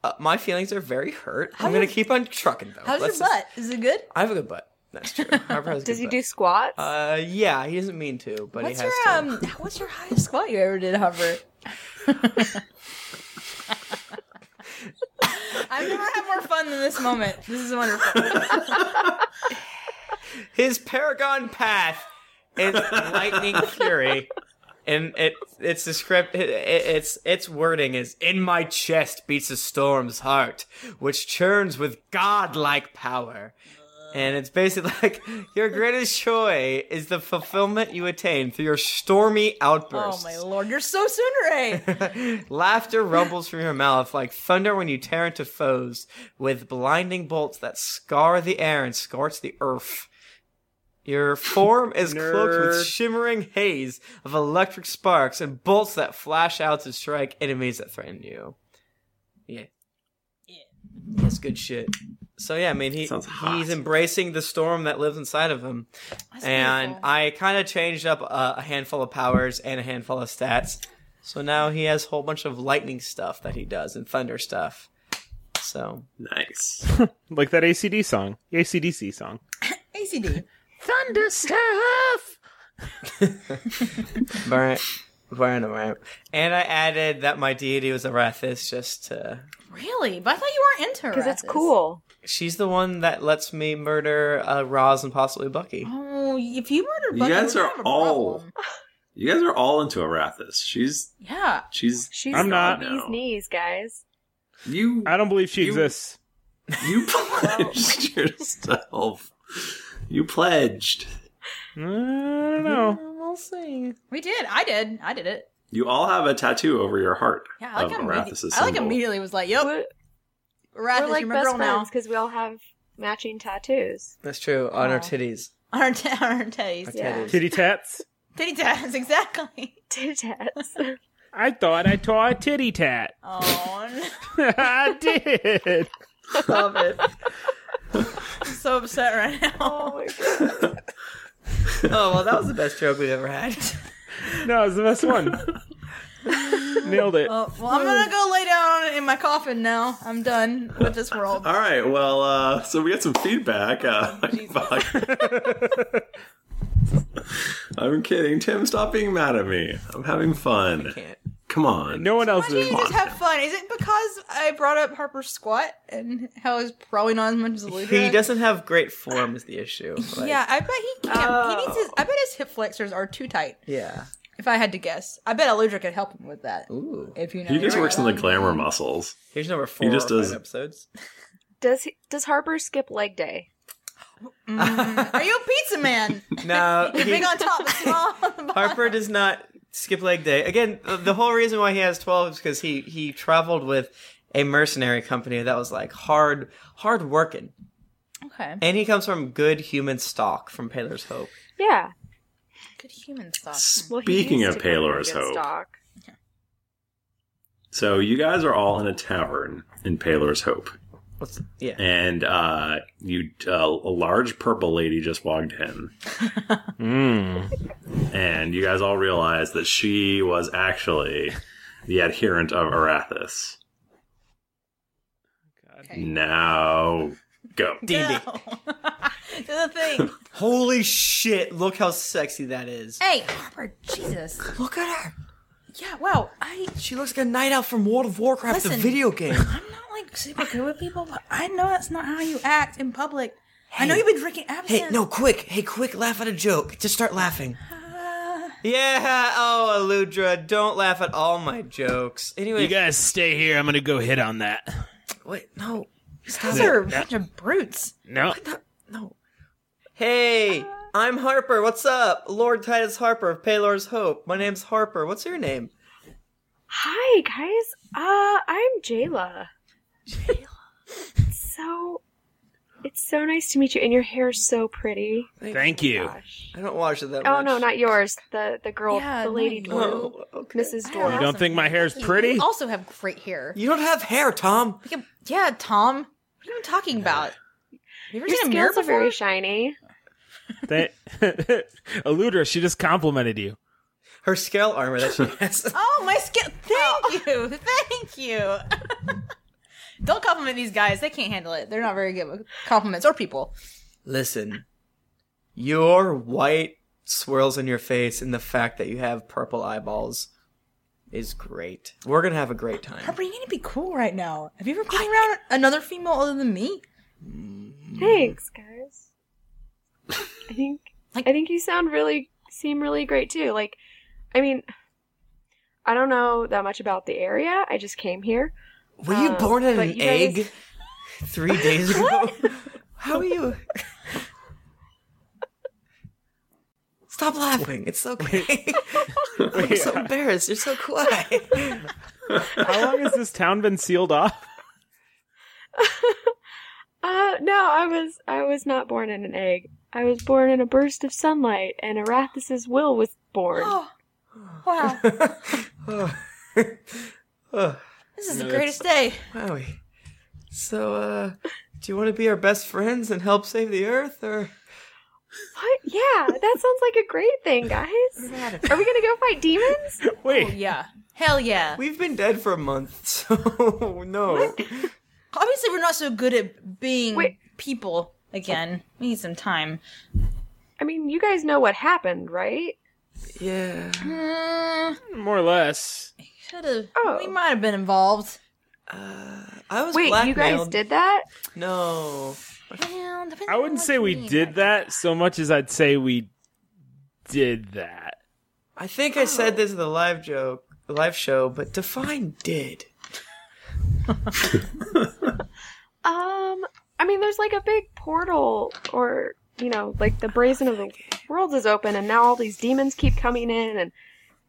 S5: uh, my feelings are very hurt. I'm gonna keep on trucking though.
S2: How's
S5: Let's
S2: your
S5: just-
S2: butt? Is it good?
S5: I have a good butt. That's true. Harper has a
S2: Does
S5: good
S2: he
S5: butt.
S2: do squats?
S5: Uh, yeah, he doesn't mean to, but
S2: what's
S5: he has
S2: your
S5: to.
S2: um? What's your highest squat you ever did, Hover? I've never had more fun than this moment. This is wonderful.
S5: His Paragon Path is Lightning Fury, and it it's descript it, it's its wording is in my chest beats a storm's heart, which churns with godlike power. And it's basically like your greatest joy is the fulfillment you attain through your stormy
S2: oh
S5: outbursts.
S2: my lord, you're so Sundere.
S5: Laughter rumbles from your mouth like thunder when you tear into foes with blinding bolts that scar the air and scorch the earth. Your form is cloaked with
S3: Nerd.
S5: shimmering haze of electric sparks and bolts that flash out to strike enemies that threaten you. Yeah. Yeah. That's good shit. So yeah, I mean he he's embracing the storm that lives inside of him. and I kind of changed up uh, a, a handful of powers and a handful of stats. So now he has a whole bunch of lightning stuff that he does and thunder stuff. So
S3: nice.
S4: like that ACD song, the ACDC song.
S2: ACD.
S9: Thunder stuff.
S5: Burn, burn, burn. And I added that my deity was Arathis just to
S2: Really? But I thought you weren't into
S8: Because it's
S2: Arathis.
S8: cool.
S5: She's the one that lets me murder uh, Roz and possibly Bucky.
S2: Oh, if you murder
S5: You
S2: Bucky,
S5: guys
S2: we're
S5: are
S2: gonna have a
S3: all-
S2: problem.
S3: You guys are all into Arathis. She's
S2: Yeah.
S3: she's.
S8: She's
S4: I'm
S8: on
S4: not.
S8: these knees, guys.
S3: You.
S4: I don't believe she exists.
S3: You
S2: Oh,
S3: pledged yourself. You pledged.
S4: I don't know.
S5: We'll see.
S2: We did. I did. I did it.
S3: You all have a tattoo over your heart
S2: Yeah, I like,
S3: of
S2: immediately,
S3: Arathis'
S2: I like
S3: symbol.
S2: immediately was like, yep.
S8: We're
S2: Arathis,
S8: like
S2: you're my
S8: best
S2: girl now.
S8: friends because we all have matching tattoos.
S5: That's true. On our titties.
S2: Our, t- our teddies. Yeah.
S4: Titty tats.
S2: Titty tats, exactly. Titty tats.
S4: I thought I tore a titty tat.
S2: Oh,
S4: I did.
S5: Love it.
S2: I'm so upset right now. Oh my god.
S5: oh well, that was the best joke we've ever had.
S4: no, it was the best one. Nailed it.
S2: Uh, Well, well, I'm gonna go lay down in my coffin now. I'm done with this world.
S3: All right. Well, uh, so we got some feedback. Uh, I'm kidding, Tim. Stop being mad at me. I'm having fun. Come on.
S4: No one else
S2: Why do you just have fun? Is it because I brought up Harper's squat and how he's probably not as much as Luda?
S5: He doesn't have great form, is the issue. Like,
S2: yeah, I bet he can't. He
S8: Oh.
S2: needs his. I bet his hip flexors are too tight.
S5: Yeah.
S2: If I had to guess, I bet Aludra could help him with that.
S5: Ooh.
S2: If you know,
S3: He just
S2: your-
S3: works on the glamour muscles.
S5: Here's number
S3: He just
S5: four or
S3: does.
S5: five episodes.
S8: Does he, does Harper skip leg day?
S2: Mm, Are you a pizza man?
S5: No,
S2: You're
S5: he-
S2: big on top, but small on the bottom.
S5: Harper does not skip leg day. Again, uh, the whole reason why he has 12 is because he, he traveled with a mercenary company that was like hard, hard working.
S2: Okay.
S5: And he comes from good human stock from Paler's Hope.
S8: Yeah.
S2: Good human stock.
S8: Well, he
S3: Speaking
S8: used
S3: of
S8: to be really
S3: Paylor's
S8: good
S3: Hope.
S8: stock.
S3: So you guys are all in a tavern in Paler's Hope.
S5: What's, yeah.
S3: And uh, you, uh, a large purple lady just walked in. Hmm. And you guys all realize that she was actually the adherent of Arathis. Now go.
S5: Dandy.
S2: Do the thing.
S5: Holy shit, look how sexy that is.
S2: Hey, Harper, Jesus.
S5: Look at her.
S2: Yeah, wow. I
S5: She looks like a night out from World of Warcraft, the
S2: Listen.
S5: video game.
S2: not like super good with people, but I know that's not how you act in public. I know you've been drinking absinthe.
S5: Hey, no, quick. Hey, quick, laugh at a joke. Just start laughing.
S2: Uh.
S5: yeah, oh, Aludra, don't laugh at all my jokes. Anyway,
S12: You guys stay here. I'm gonna go hit on that.
S5: Wait, no.
S2: These are a bunch of brutes. Uh.
S12: No.
S5: Hey, I'm Harper. What's up? Lord Titus Harper of Paylor's Hope. My name's Harper. What's your name?
S8: Hi guys. Uh, I'm Jayla. Jayla. so It's so nice to meet you, and your hair's so pretty.
S12: Thank you.
S5: I don't wash it that
S8: oh
S5: much. Oh,
S8: no, not yours. The the girl, the lady
S5: not
S8: Doru,
S5: yours.
S8: Mrs. Doru.
S12: You don't think my hair's pretty?
S2: You also have great hair.
S5: You don't have hair, Tom.
S2: Yeah, Tom. What are you even talking about? You ever
S8: Your
S2: seen a mirror
S8: scales are
S2: before?
S8: very shiny.
S4: They, Eludra, she just complimented you.
S5: Her scale armor that she has.
S2: Oh, my skin. Thank you. Thank you. Don't compliment these guys. They can't handle it. They're not very good with compliments or people.
S5: Listen, your white swirls in your face and the fact that you have purple eyeballs is great. We're gonna have a great time.
S2: Harper, you need to be cool right now. Have you ever been around another female other than me?
S8: Thanks, guys. I think I think you sound really seem really great too. Like, I mean, I don't know that much about the area. I just came here.
S5: Were you
S2: Oh,
S8: Um,
S5: born in
S8: but
S5: an
S8: you guys-
S5: egg three days ago? How are you? Stop laughing. It's okay. I'm so embarrassed. You're so quiet.
S4: How long has this town been sealed off?
S8: Uh, no, I was I was not born in an egg. I was born in a burst of sunlight, and Arathus's will was born.
S2: Wow.
S5: this
S2: is the greatest day.
S5: Wowie. So, uh, do you want to be our best friends and help save the earth, or
S8: What? Yeah, that sounds like a great thing, guys. Are we gonna go fight demons?
S4: Wait.
S2: Oh, yeah. Hell yeah.
S5: we've been dead for a month? So no.
S2: Obviously, we're not so good at being people again. We need some time.
S8: I mean, you guys know what happened, right?
S5: Yeah.
S4: More or less.
S2: Should have. Hmm. We might have been involved.
S5: Uh, I was
S8: Oh. Wait, you guys
S4: blackmailed.
S8: did that?
S5: No.
S4: I wouldn't say we did that so much as I'd say we did that.
S5: I think I
S2: Oh.
S5: said this in the live joke, live show, but define did.
S8: Um, I mean, there's like a big portal, or you know, like the Brazen of the Worlds is open, and now all these demons keep coming in, and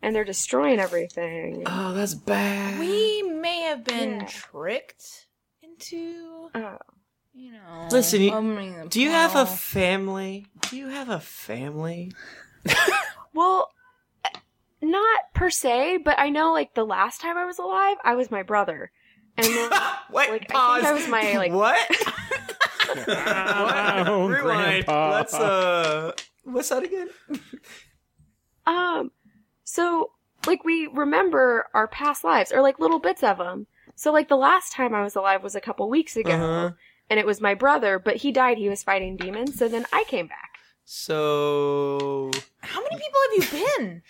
S8: and they're destroying everything.
S5: Oh, that's bad.
S2: We may have been
S8: Yeah. Oh.
S2: tricked into, you know.
S5: Listen,
S2: opening the
S5: you, do you have a
S2: portal.
S5: family? Do you have a family?
S8: Well, uh, not per se, but I know like the last time I was alive, I was my brother, and then
S5: Wait,
S8: like I
S5: pause.
S8: think I was my like
S5: what?
S4: Oh,
S5: Rewind.
S4: Grandpa.
S5: Let's uh, what's that again?
S8: Um, so like we remember our past lives or like little bits of them. So like the last time I was alive was a couple weeks ago,
S5: Uh-huh.
S8: and it was my brother, but he died. He was fighting demons, so then I came back.
S5: So
S2: How many people have you been?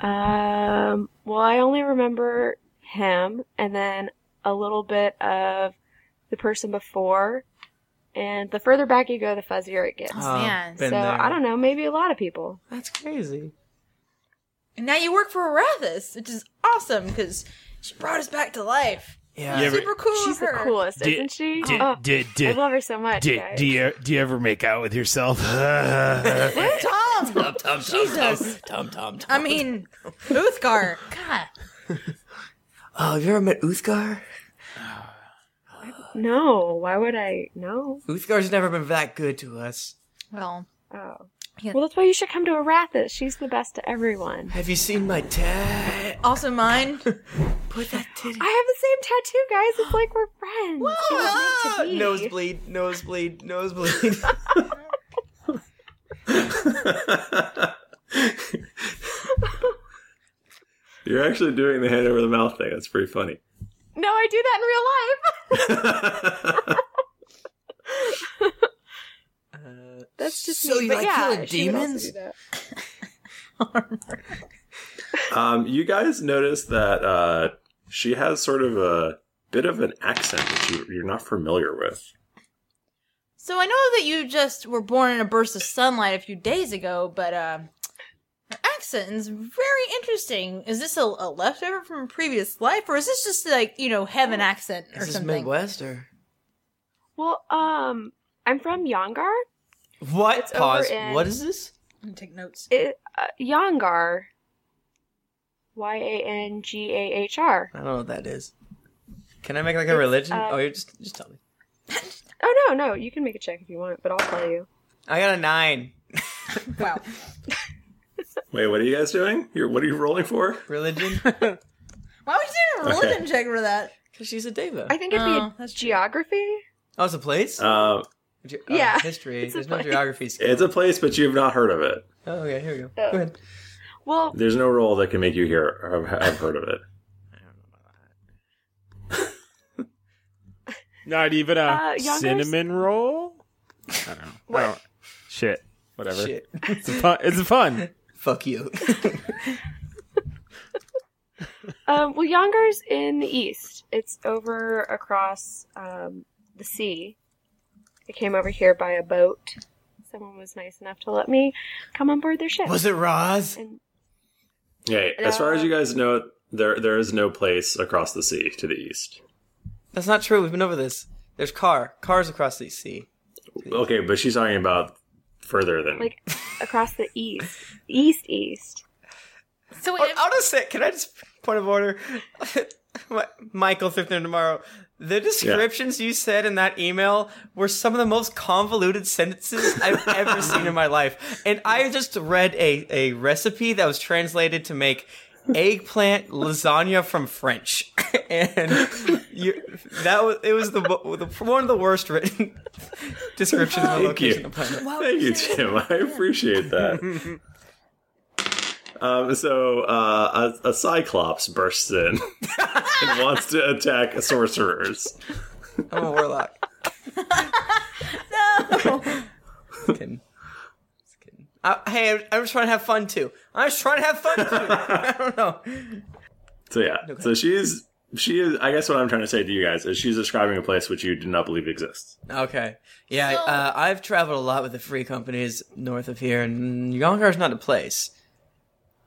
S8: Um, well, I only remember him, and then a little bit of the person before. And the further back you go, the fuzzier it gets.
S5: Oh, man. been
S8: so
S5: there.
S8: I don't know, maybe a lot of people.
S5: that's crazy.
S2: And now you work for Arathis, which is awesome because she brought us back to life.
S12: Yeah. You ever-
S2: Super cool. of
S8: She's
S2: her.
S8: the coolest,
S12: Did-
S8: isn't she?
S12: did-
S8: oh,
S12: did-
S8: I
S12: did-
S8: love her so much.
S12: Do,
S8: guys.
S12: do you do you ever make out with yourself?
S2: Tom! Tom,
S5: Tom,
S2: Jesus.
S5: Tom, Tom, Tom.
S2: I mean, Uthgar. God.
S5: Oh, have you ever met Uthgar?
S8: No, why would I? No.
S5: Uthgar's never been that good to us.
S2: Well,
S8: Oh. Well, that's why you should come to Arathis. She's the best to everyone.
S5: Have you seen my tat?
S2: also mine.
S5: Put that titty.
S8: I have the same tattoo, guys. It's like we're friends. It was meant to be.
S5: Nosebleed, nosebleed, nosebleed.
S3: You're actually doing the hand over the mouth thing. That's pretty funny.
S8: No, I do that in real life. That's just
S5: So
S8: me.
S5: you
S8: but
S5: like
S8: yeah,
S5: killing
S8: she would also
S5: demons?
S8: do that.
S3: Um, you guys notice that uh, she has sort of a bit of an accent that you, you're not familiar with.
S2: So I know that you just were born in a burst of sunlight a few days ago, but uh, your accent is very interesting. Is this a, a leftover from a previous life, or is this just like you know heaven accent or
S5: This is
S2: something?
S5: Midwest or
S8: Well, um, I'm from Yangar.
S5: what?
S8: It's over
S5: Pause.
S8: in-
S5: What is this?
S2: I'm take notes.
S8: It, uh, Yangar. Y a n g a h r.
S5: I don't know what that is. Can I make like a religion?
S8: uh,
S5: oh, you're just just tell me.
S8: Oh no, no, you can make a check if you want, but I'll tell you.
S5: I got a nine.
S3: Wait, what are you guys doing? You're, what are you rolling for?
S5: Religion.
S2: Why would you do a religion check for that?
S5: Because she's a diva.
S8: I think it'd be
S2: Oh,
S8: geography.
S5: Oh, it's a place.
S3: Uh,
S5: Ge-
S8: Yeah,
S5: History.
S8: it's a
S5: There's no
S8: place.
S5: geography. Skill.
S3: it's a place, but you've not heard of it.
S5: Oh, okay. Here we go.
S8: Uh,
S5: Go ahead.
S8: Well,
S3: There's no role that can make you hear or have have heard of it.
S4: Not even a
S8: Uh, Yonkers?
S4: cinnamon roll. I don't know. I don't, shit. Whatever.
S5: Shit.
S4: It's a fun. It's a fun.
S5: Fuck you.
S8: um, well, Yongar's in the east. It's over across um, the sea. I came over here by a boat. Someone was nice enough to let me come on board their ship.
S5: Was it Roz?
S8: And-
S3: Hey, as far as you guys know, there there is no place across the sea to the east.
S5: That's not true. We've been over this. There's car. Cars across the sea.
S3: Okay, but she's talking about further than
S8: like across the east, east, east.
S2: So
S5: wait, I'll just say. Can I just point of order? Mi- Michael Fifner tomorrow. The descriptions you said in that email were some of the most convoluted sentences I've ever seen in my life, and I just read a a recipe that was translated to make eggplant lasagna from French, and you, that was it was the, mo- the one of the worst written descriptions of a
S3: Thank you.
S5: location on the planet.
S3: Thank you, Tim. I appreciate that. um, so uh, a, a cyclops bursts in and wants to attack sorcerers.
S5: I'm a warlock. no. kidding. Just kidding. I, hey, I'm, I'm just trying to have fun too. I'm just trying to have fun too. I don't know.
S3: So yeah, so she's she is. I guess what I'm trying to say to you guys is she's describing a place which you do not believe exists.
S5: Okay. Yeah, uh, I've traveled a lot with the free companies north of here, and Yongar's not a place.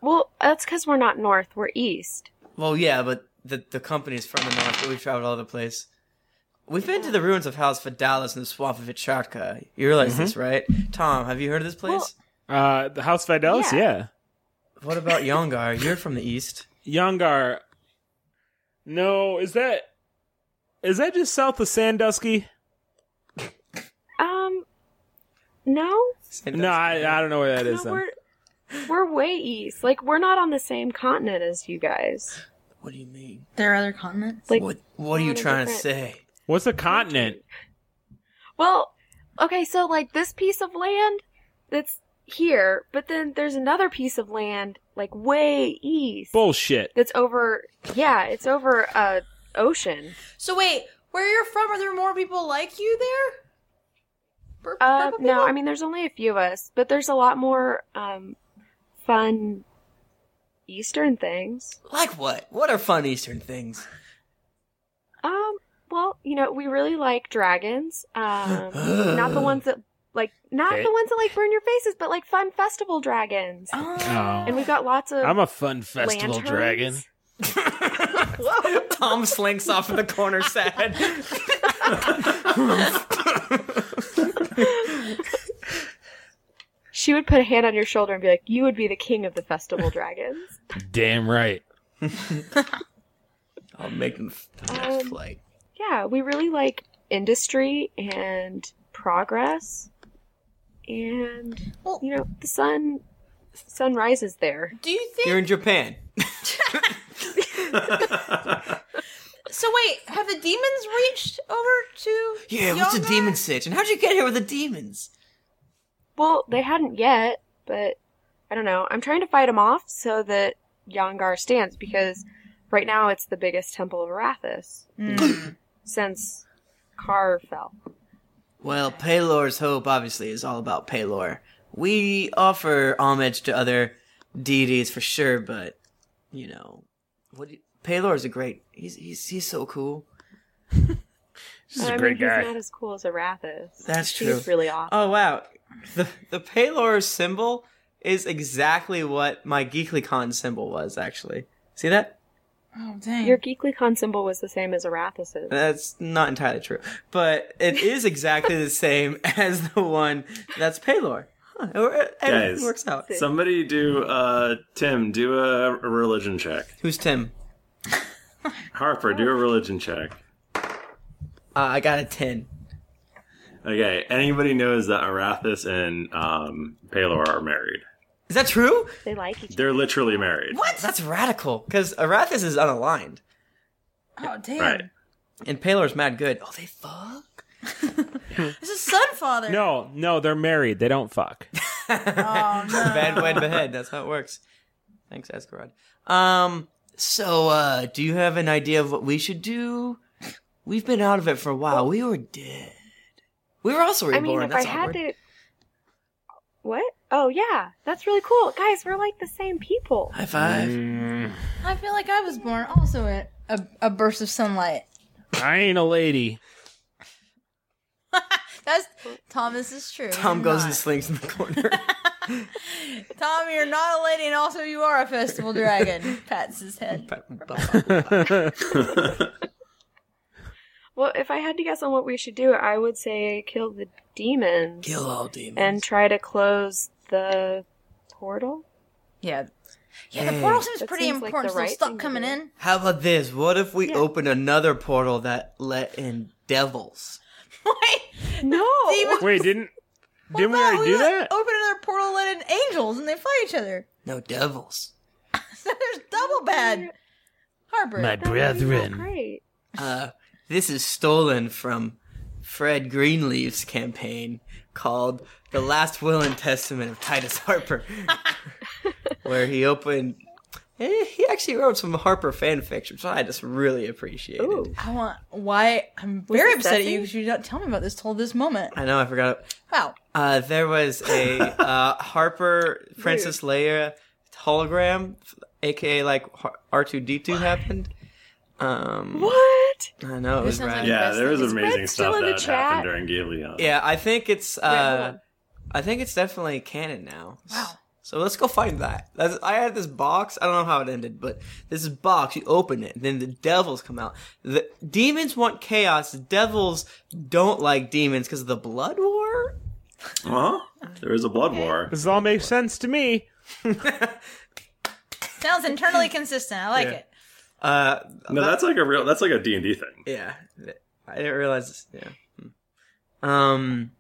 S8: Well, that's because we're not north; we're east.
S5: Well, yeah, but the the company's from the north, but we've traveled all over the place. We've been to the ruins of House Vidalis and the swamp of Icharka. You realize this, right? Tom, have you heard of this place?
S4: uh, the House Fidelis. Yeah.
S5: What about Yongar? You're from the east.
S4: Yangar. No, is that is that just south of Sandusky?
S8: Um, no,
S4: No, I, I don't know where that is.
S8: No,
S4: then.
S8: we're we're way east. Like we're not on the same continent as you guys.
S5: What do you mean?
S2: There are other continents.
S8: Like
S5: What are
S8: we're
S5: you
S8: on a
S5: trying to
S8: different-
S5: say?
S4: What's a continent?
S8: Well, okay, so like this piece of land that's here, but then there's another piece of land like way east
S4: Bullshit.
S8: that's over. Yeah, it's over uh ocean.
S2: So wait, where you're from? Are there more people like you there?
S8: Uh, no, I mean there's only a few of us, but there's a lot more um fun Eastern things.
S5: Like what? What are fun Eastern things?
S8: Um, well, you know, we really like dragons. Um, not the ones that like not
S4: Okay.
S8: the ones that like burn your faces, but like fun festival dragons. And we've got lots of
S4: Oh. I'm a fun festival
S8: lanterns.
S4: dragon.
S5: Tom slinks off in the corner, sad.
S8: She would put a hand on your shoulder and be like, "You would be the king of the festival dragons."
S4: Damn right.
S5: I'll make them
S8: Um,
S5: like
S8: Yeah, we really like industry and progress, and you know, the sun sun rises there.
S2: Do you think
S5: You're in Japan.
S2: so? Wait, have the demons reached over to?
S5: Yeah, what's a
S2: Yongar?
S5: demon sitch? And how'd you get here with the demons?
S8: Well, they hadn't yet, but I don't know. I'm trying to fight them off so that Yangar stands because right now it's the biggest temple of Arathis
S2: Mm.
S5: Mm.
S8: since Kar fell.
S5: Well, Paylor's Hope obviously is all about Paylor. We offer homage to other deities for sure, but you know, what do you, Paylor is a great. He's he's he's so cool.
S8: But, I
S5: a
S8: mean,
S5: great
S8: he's
S5: guy.
S8: not as cool as Arathis.
S5: That's
S8: He's
S5: true.
S8: really awesome.
S5: Oh wow, the the Paylor symbol is exactly what my GeeklyCon symbol was actually. See that?
S2: Oh dang!
S8: Your GeeklyCon symbol was the same as Arathis's.
S5: That's not entirely true, but it is exactly the same as the one that's Paylor. Huh. Everything
S3: guys,
S5: works out.
S3: Somebody do uh, Tim do a religion check.
S5: Who's Tim?
S3: Harper, do a religion check.
S5: Uh, I got a ten.
S3: Okay, anybody knows that Arathis and um, Palor are married.
S5: Is that true?
S8: They like each
S3: They're literally married.
S5: What? That's radical. Because Arathis is unaligned.
S2: Oh damn!
S5: And Palor's mad good. Oh, they
S2: This is Sunfather.
S4: No, no, they're married. They don't fuck.
S2: Oh no.
S5: bad wed behead. That's how it works. Thanks, Ascarad. Um, so uh, do you have an idea of what we should do? We've been out of it for a while. We were dead. We were also
S8: I
S5: reborn.
S8: mean, if
S5: That's
S8: I had
S5: awkward.
S8: to. What? Oh yeah, that's really cool, guys. We're like the same people.
S5: High five.
S4: Mm,
S2: I feel like I was born also in a, a burst of sunlight.
S4: I ain't a lady.
S2: That's Tom. This is true.
S5: Tom
S2: You're
S5: goes
S2: not.
S5: and slings in the corner.
S2: Tom, you're not a lady, and also you are a festival dragon. Pats his head.
S8: Well, if I had to guess on what we should do, I would say kill the demons.
S5: Kill all demons.
S8: And try to close the portal.
S2: Yeah.
S8: Yeah, the
S5: Hey.
S2: Portal seems
S8: That
S2: pretty
S8: seems like
S2: important.
S8: the
S2: so
S8: right
S2: stop coming in.
S5: How about this? What if we open another portal that let in devils?
S8: No.
S4: Wait, didn't didn't we
S2: We
S4: already do
S2: let-
S4: that?
S2: Open another portal, let in angels, and they fight each other.
S5: No devils.
S2: So there's double bad. Harbor.
S5: My
S2: That would be
S5: brethren.
S2: Great.
S5: Uh, this is stolen from Fred Greenleaf's campaign called The Last Will and Testament of Titus Harper, where he opened. eh, He actually wrote some Harper fanfiction, which I just really appreciated.
S2: I want. Why? I'm very
S5: it
S2: upset at you
S5: Desi?
S2: because you did not tell me about this till this moment.
S5: I know, I forgot.
S2: Wow.
S5: Uh, there was a uh, Harper Princess Leia hologram, aka like R two D two happened. Um,
S8: what?
S5: I know it
S3: This
S5: was
S3: sounds like
S5: Oh, rad.
S3: the Yeah, best there thing. was Is amazing Brett still stuff in the that had happened chat? during Gabriel.
S5: Yeah, I think it's.
S3: Brett, hold
S5: Uh, I think it's definitely canon now. Wow. So let's go find that. That's, I had this box. I don't know how it ended, but this box. You open it, then the devils come out. The demons want chaos. The devils don't like demons because of the blood war.
S3: Huh? There is a blood war.
S4: This all makes sense to me.
S2: Sounds internally consistent. I like
S3: Yeah.
S2: it.
S5: Uh,
S3: no, that's like a real. That's like a D and D thing.
S5: Yeah, I didn't realize. This, yeah. Hmm. Um.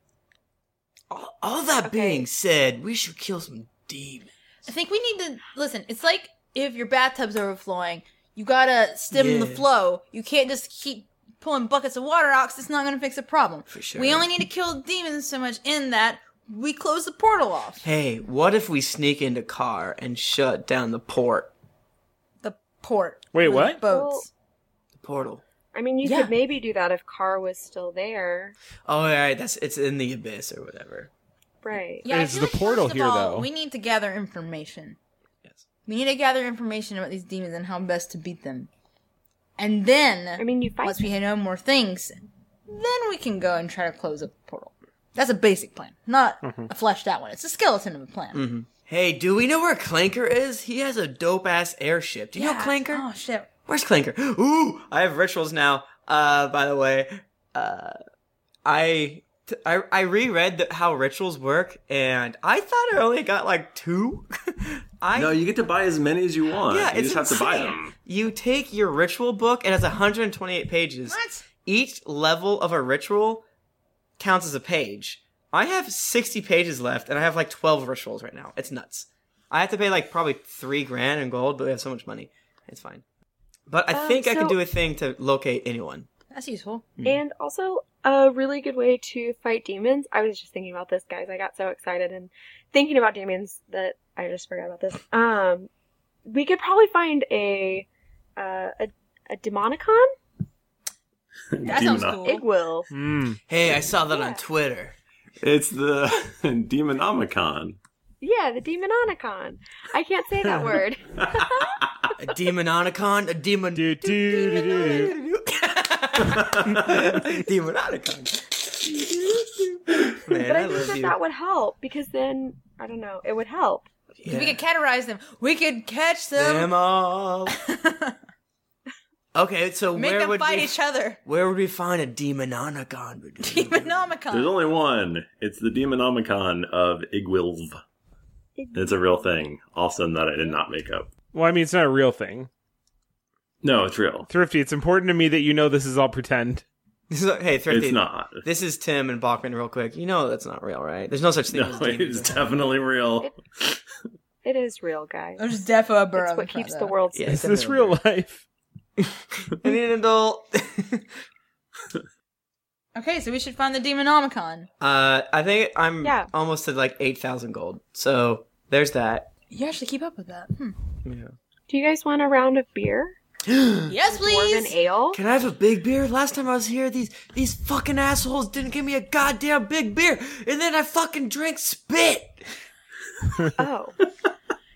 S5: All, all that being said, we should kill some demons.
S2: I think we need to listen. It's like if your bathtub's overflowing, you gotta stem the
S5: Yeah.
S2: flow. You can't just keep pulling buckets of water out because it's not gonna fix the problem. For
S5: sure.
S2: We only need to kill demons so much in that we close the portal off.
S5: Hey, what if we sneak into car and shut down the port?
S2: The port.
S5: Wait,
S2: The
S5: what?
S2: Boats.
S5: The portal.
S8: I mean, you
S2: Yeah.
S8: could maybe do that if Car was still there,
S5: Oh, all right. That's it's in the abyss or whatever.
S8: right?
S2: Yeah, I
S5: Is
S2: feel
S5: the
S2: like
S5: portal
S2: first
S5: here,
S2: of all,
S5: though?
S2: We need to gather information. Yes. We need to gather information about these demons and how best to beat them. And then, I
S8: mean, you fight
S2: once we know more things, then we can go and try to close up the portal. That's a basic plan, not
S5: Mhm.
S2: a fleshed out one. It's a skeleton of a plan.
S5: Mm-hmm. Hey, do we know where Clanker is? He has a dope ass airship. Do you know Clanker?
S2: Oh shit!
S5: Where's Clanker? Ooh, I have rituals now. Uh, by the way, uh, I t- I I reread the, how rituals work, and I thought I only got like two. I
S3: No, you get to buy as many as you want.
S5: Yeah,
S3: you
S5: it's
S3: just have to buy
S5: insane.
S3: them.
S5: You take your ritual book, it has 128 pages.
S2: What?
S5: Each level of a ritual counts as a page. I have 60 pages left, and I have like 12 rituals right now. It's nuts. I have to pay like probably three grand in gold, but we have so much money. It's fine. But I
S8: Um,
S5: think I can
S8: so-
S5: do a thing to locate anyone.
S2: That's useful.
S8: And also, a really good way to fight demons. I was just thinking about this, guys. I got so excited and thinking about demons that I just forgot about this. Um, we could probably find a uh, a, a demonicon.
S3: That sounds Demona. cool.
S8: It will.
S5: Hmm. Hey, I saw that on Twitter.
S3: It's the Demonomicon.
S8: Yeah, the demononicon. I can't say that word.
S5: A demononicon, a demon. Do,
S4: do, do,
S5: do, demononicon. Man,
S8: but I,
S5: I
S8: think
S5: love
S8: that
S5: you.
S8: that would help because then I don't know. It would help.
S2: We could categorize them. We could catch them.
S5: Them all. okay, so
S2: Make
S5: where
S2: them
S5: would
S2: fight
S5: we,
S2: each other.
S5: Where would we find a demononicon?
S2: Demonomicon.
S3: There's only one. It's the Demonomicon of Igwilv. It's a real thing. Also, that I did not make up.
S4: Well, I mean, it's not a real thing.
S3: No, it's real.
S4: Thrifty, it's important to me that you know this is all pretend.
S5: This is hey, thrifty.
S3: It's not.
S5: This is Tim and Bachman, real quick. You know that's not real, right? There's no such thing.
S3: No,
S5: as
S3: it is definitely real.
S8: It is real, guys.
S2: I'm just defo a burrow.
S8: It's what keeps the world safe.
S4: Is this real life?
S5: I need an adult.
S2: Okay, so we should find the Demonomicon.
S5: Uh, I think I'm almost at like eight thousand gold. So there's that.
S2: You actually keep up with that. Hmm.
S5: Yeah.
S8: Do you guys want a round of beer?
S2: yes, please.
S8: Dwarven ale.
S5: Can I have a big beer? Last time I was here, these these fucking assholes didn't give me a goddamn big beer, and then I fucking drank spit.
S8: oh,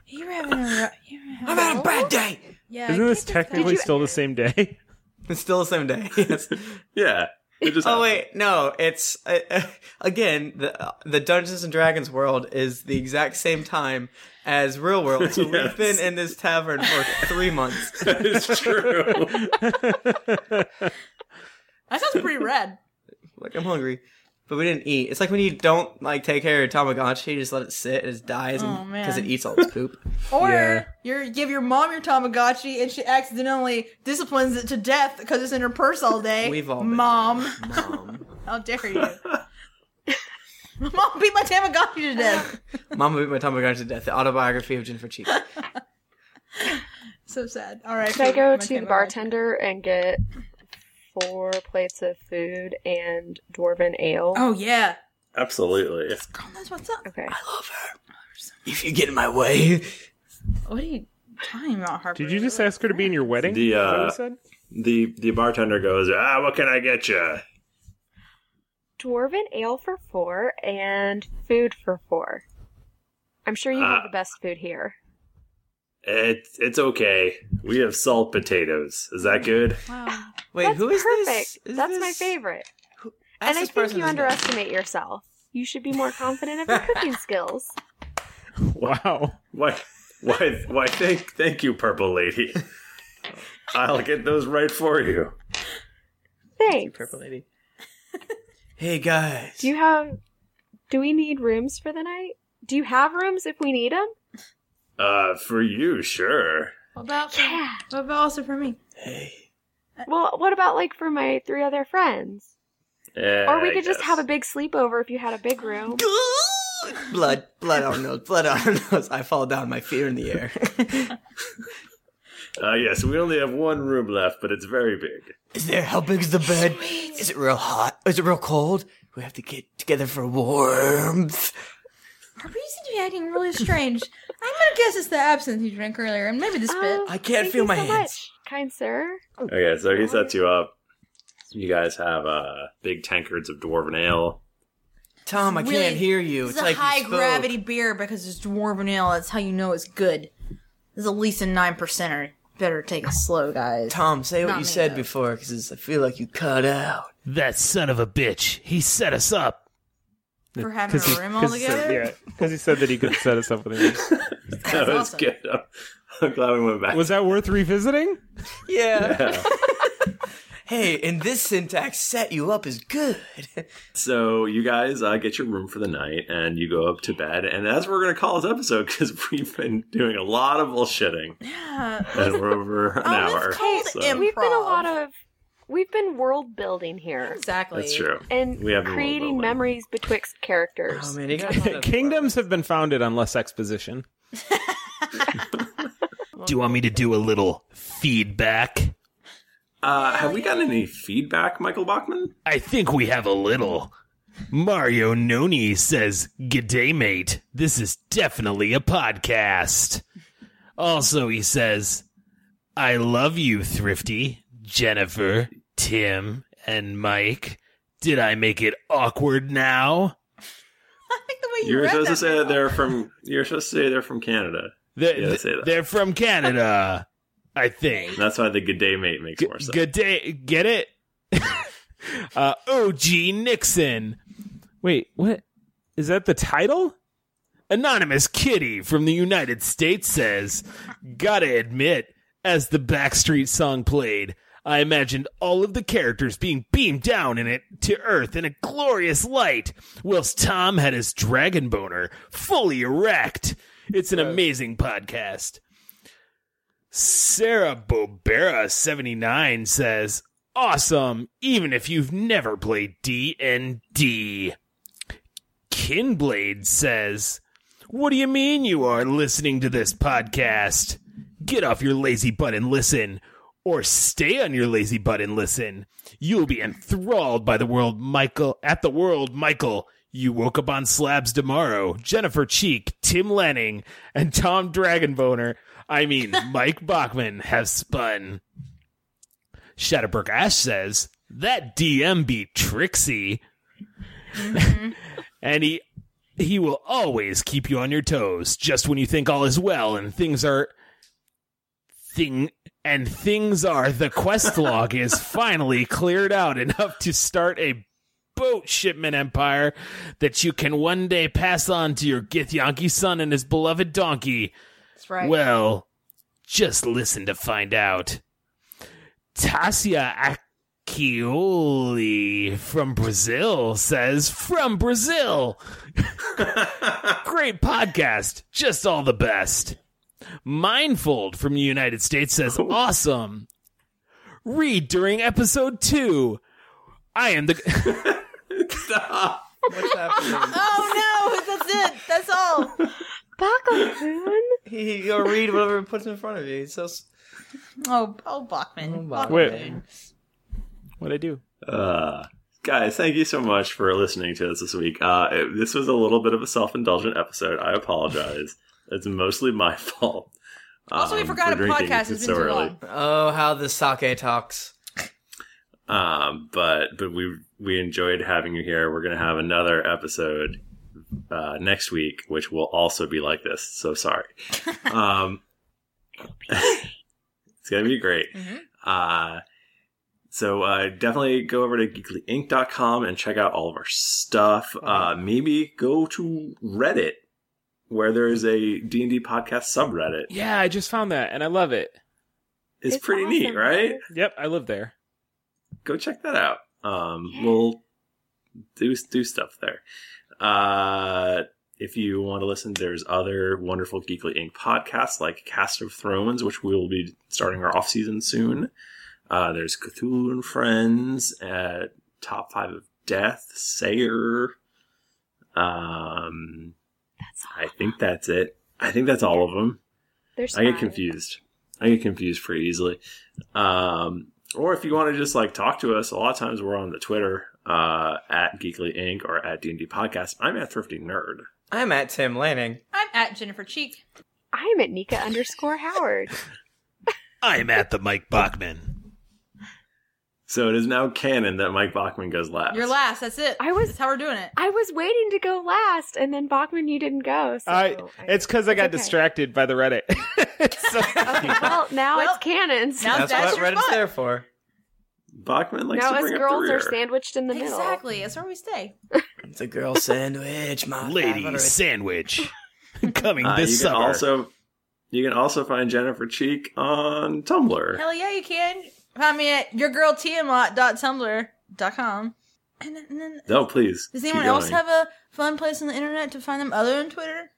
S2: you're having a. You're having
S5: I'm having a bad day.
S2: Yeah.
S4: Isn't this technically still the same day?
S5: It's still the same day. Yes.
S3: yeah.
S5: oh wait, no, it's uh, uh, again the uh, the Dungeons and Dragons world is the exact same time as real world. So
S3: Yes.
S5: we've been in this tavern for three months.
S3: That is true.
S2: That sounds pretty red.
S5: like I'm hungry, but we didn't eat. It's like when you don't like take care of your tamagotchi, you just let it sit, it just dies
S2: Oh, man.
S5: because it eats all its poop.
S2: Or you give your mom your Tamagotchi and she accidentally disciplines it to death because it's in her purse all day.
S5: We've all been
S2: mom. How dare you? my mom beat my Tamagotchi to death.
S5: Mama beat my tamagotchi to death. The autobiography of Jennifer Cheek.
S2: So sad. All right.
S8: Should I go to the bartender and get four plates of food and dwarven ale?
S2: Oh yeah.
S3: Absolutely.
S2: That's what's up.
S8: Okay. I
S5: love her. If you get in my way,
S2: What are you talking about, Harper?
S4: Did you just ask her to be in your wedding? Is
S3: The
S4: that what
S3: uh,
S4: you said?
S3: the the bartender goes, ah, what can I get you?
S8: Dwarven ale for four and food for four. I'm sure you have
S3: Uh,
S8: the best food here.
S3: It, it's okay. We have salt potatoes. Is that good?
S8: Wow.
S5: Wait,
S8: That's
S5: who is this?
S8: perfect.
S5: Is
S8: That's my
S5: this-
S8: favorite.
S5: Ask
S8: and I
S5: this
S8: think
S5: person
S8: you
S5: his name.
S8: underestimate yourself. You should be more confident of your cooking skills.
S4: Wow.
S3: Why? Why? Why? Thank, thank you, purple lady. I'll get those right for you.
S8: Thanks.
S5: Purple lady. Hey guys.
S8: Do you have? Do we need rooms for the night? Do you have rooms if we need them?
S3: Uh, for you, sure.
S2: What about for, what about also for me?
S8: Well, what about like for my three other friends?
S3: Yeah,
S8: or we
S3: I
S8: could just
S3: guess.
S8: have a big sleepover if you had a big room.
S5: Blood, blood on nose, blood on her nose. I fall down, my feet are in the air.
S3: Uh, yes, we only have one room left, but it's very big.
S5: Is there? How big is the bed? Is it real hot? Is it real cold? We have to get together for warmth.
S2: Harper, you seem to be acting really strange. I'm gonna guess it's the absinthe you drank earlier, and maybe the spit.
S5: I can't
S8: Thank
S5: feel
S8: you
S5: my
S8: so
S5: hands.
S8: Much, kind sir.
S3: Okay, so he sets you up. You guys have uh, big tankards of dwarven ale.
S5: Tom, I
S2: Really,
S5: can't hear you.
S2: This
S5: It's
S2: is
S5: like
S2: a
S5: you
S2: high
S5: spoke.
S2: gravity beer because it's dwarven ale. That's how you know it's good. This is at least a nine percenter. Better take it slow, guys.
S5: Tom, say what
S2: Not
S5: you
S2: me,
S5: said
S2: though.
S5: before, because I feel like you cut out.
S12: That son of a bitch. He set us up.
S2: For having a room all together.
S4: yeah, because he said that he could set us up with a
S3: That was good. I'm, I'm glad we went back.
S4: Was that worth revisiting?
S5: Yeah. hey, and this syntax set you up is good.
S3: So you guys uh, get your room for the night, and you go up to bed, and that's what we're gonna call this episode because we've been doing a lot of bullshitting,
S2: Yeah.
S3: and we're over an hour. so-
S8: We've been a lot of, we've been world building here.
S2: Exactly.
S3: That's true.
S8: And
S4: We have been world
S8: creating memories betwixt characters.
S4: Oh, Kingdoms have been founded on less exposition.
S12: Do you want me to do a little feedback?
S3: Uh, have we gotten any feedback, Michael Bachman?
S12: I think we have a little. Mario Noni says, G'day, mate. This is definitely a podcast. Also, he says, I love you, Thrifty, Jennifer, Tim, and Mike. Did I make it awkward now?
S3: You're supposed to say that they're from. You're supposed to say they're from Canada.
S12: They're,
S3: You gotta say that.
S12: they're from Canada, I think.
S3: That's why the good day mate makes more sense.
S12: Good day. Get it?
S4: Uh, OG Nixon. Wait, what? Is that the title?
S12: Anonymous Kitty from the United States says, Gotta admit, as the Backstreet song played, I imagined all of the characters being beamed down in it to Earth in a glorious light, whilst Tom had his dragon boner fully erect. It's an amazing podcast. Sarah Bobera79 says, awesome, even if you've never played D&D. Kinblade says, What do you mean you are listening to this podcast? Get off your lazy butt and listen, or stay on your lazy butt and listen. You'll be enthralled by the world, Michael. At the world, Michael. You woke up on slabs tomorrow. Jennifer Cheek, Tim Lanning, and Tom Dragonboner. I mean, Mike Bachman have spun. Shatterbrook Ash says that DM beat Trixie, and he he will always keep you on your toes just when you think all is well and things are thing and things are the quest log is finally cleared out enough to start a boat shipment empire that you can one day pass on to your Githyanki son and his beloved donkey.
S2: That's right.
S12: Well, just listen to find out. Tasia Accioli from Brazil says, From Brazil! Great podcast. Just all the best. Mindfold from the United States says, Awesome. Read during episode two. I am the.
S2: Stop. What's happening? oh no, that's it. That's all.
S8: Bachman.
S5: He go read whatever it puts in front of you. It's so s-
S2: Oh, oh, Bachman. Bachman.
S3: Wait.
S4: What'd I do?
S3: Uh, guys, thank you so much for listening to us this week. Uh, it- this was a little bit of a self indulgent episode. I apologize. it's mostly my fault.
S2: Also, we
S3: Um,
S2: forgot
S3: we're
S2: a
S3: drinking.
S2: podcast has
S3: It's
S2: been
S3: so
S2: too
S3: early.
S2: long.
S5: Oh, how the sake talks.
S3: Um, but but we we enjoyed having you here. We're gonna have another episode uh, next week, which will also be like this. So sorry. Um, it's gonna be great. Uh, so uh, definitely go over to geeklyinc.com and check out all of our stuff. Uh, maybe go to Reddit, where there is a D and D podcast subreddit.
S4: Yeah, I just found that and I love it.
S3: It's, pretty neat, right?
S4: Yep, I live there.
S3: go check that out. Um, We'll do do stuff there. Uh, if you want to listen, there's other wonderful Geekly Inc. podcasts like Cast of Thrones, which we will be starting our off season soon. Uh, there's Cthulhu and Friends, uh, Top Five of Death, Sayer. Um, I think that's it. I think that's all of them.
S8: There's
S3: I get
S8: five.
S3: confused. I get confused pretty easily. Um, or if you want to just like talk to us, a lot of times we're on the Twitter uh, at Geekly Inc. or at D and D Podcast. I'm at Thrifty Nerd.
S5: I'm at Tim Lanning.
S2: I'm at Jennifer Cheek.
S8: I'm at Nika underscore Howard.
S12: I'm at the Mike Bachman.
S3: So it is now canon that Mike Bachman goes last.
S2: You're last. That's it. I was. That's how we're doing it.
S8: I was waiting to go last, and then Bachman, you didn't go. So.
S4: I, it's because I got
S8: okay.
S4: distracted by the Reddit.
S8: well, now it's canons.
S5: there for.
S3: Bachman likes
S8: Now
S3: to
S8: us
S3: bring up
S8: girls
S3: the rear.
S8: are sandwiched in the middle.
S2: Exactly. That's where we stay.
S5: It's a girl sandwich, my
S12: Lady
S3: favorite.
S12: sandwich coming
S3: Uh,
S12: this
S3: you can
S12: summer.
S3: also you can also find Jennifer Cheek on Tumblr.
S2: Hell yeah, you can. Find me at yourgirltiamat.tumblr.com. And then, and then,
S3: No, please.
S2: does
S3: keep
S2: anyone else
S3: going.
S2: have a fun place on the internet to find them other than Twitter?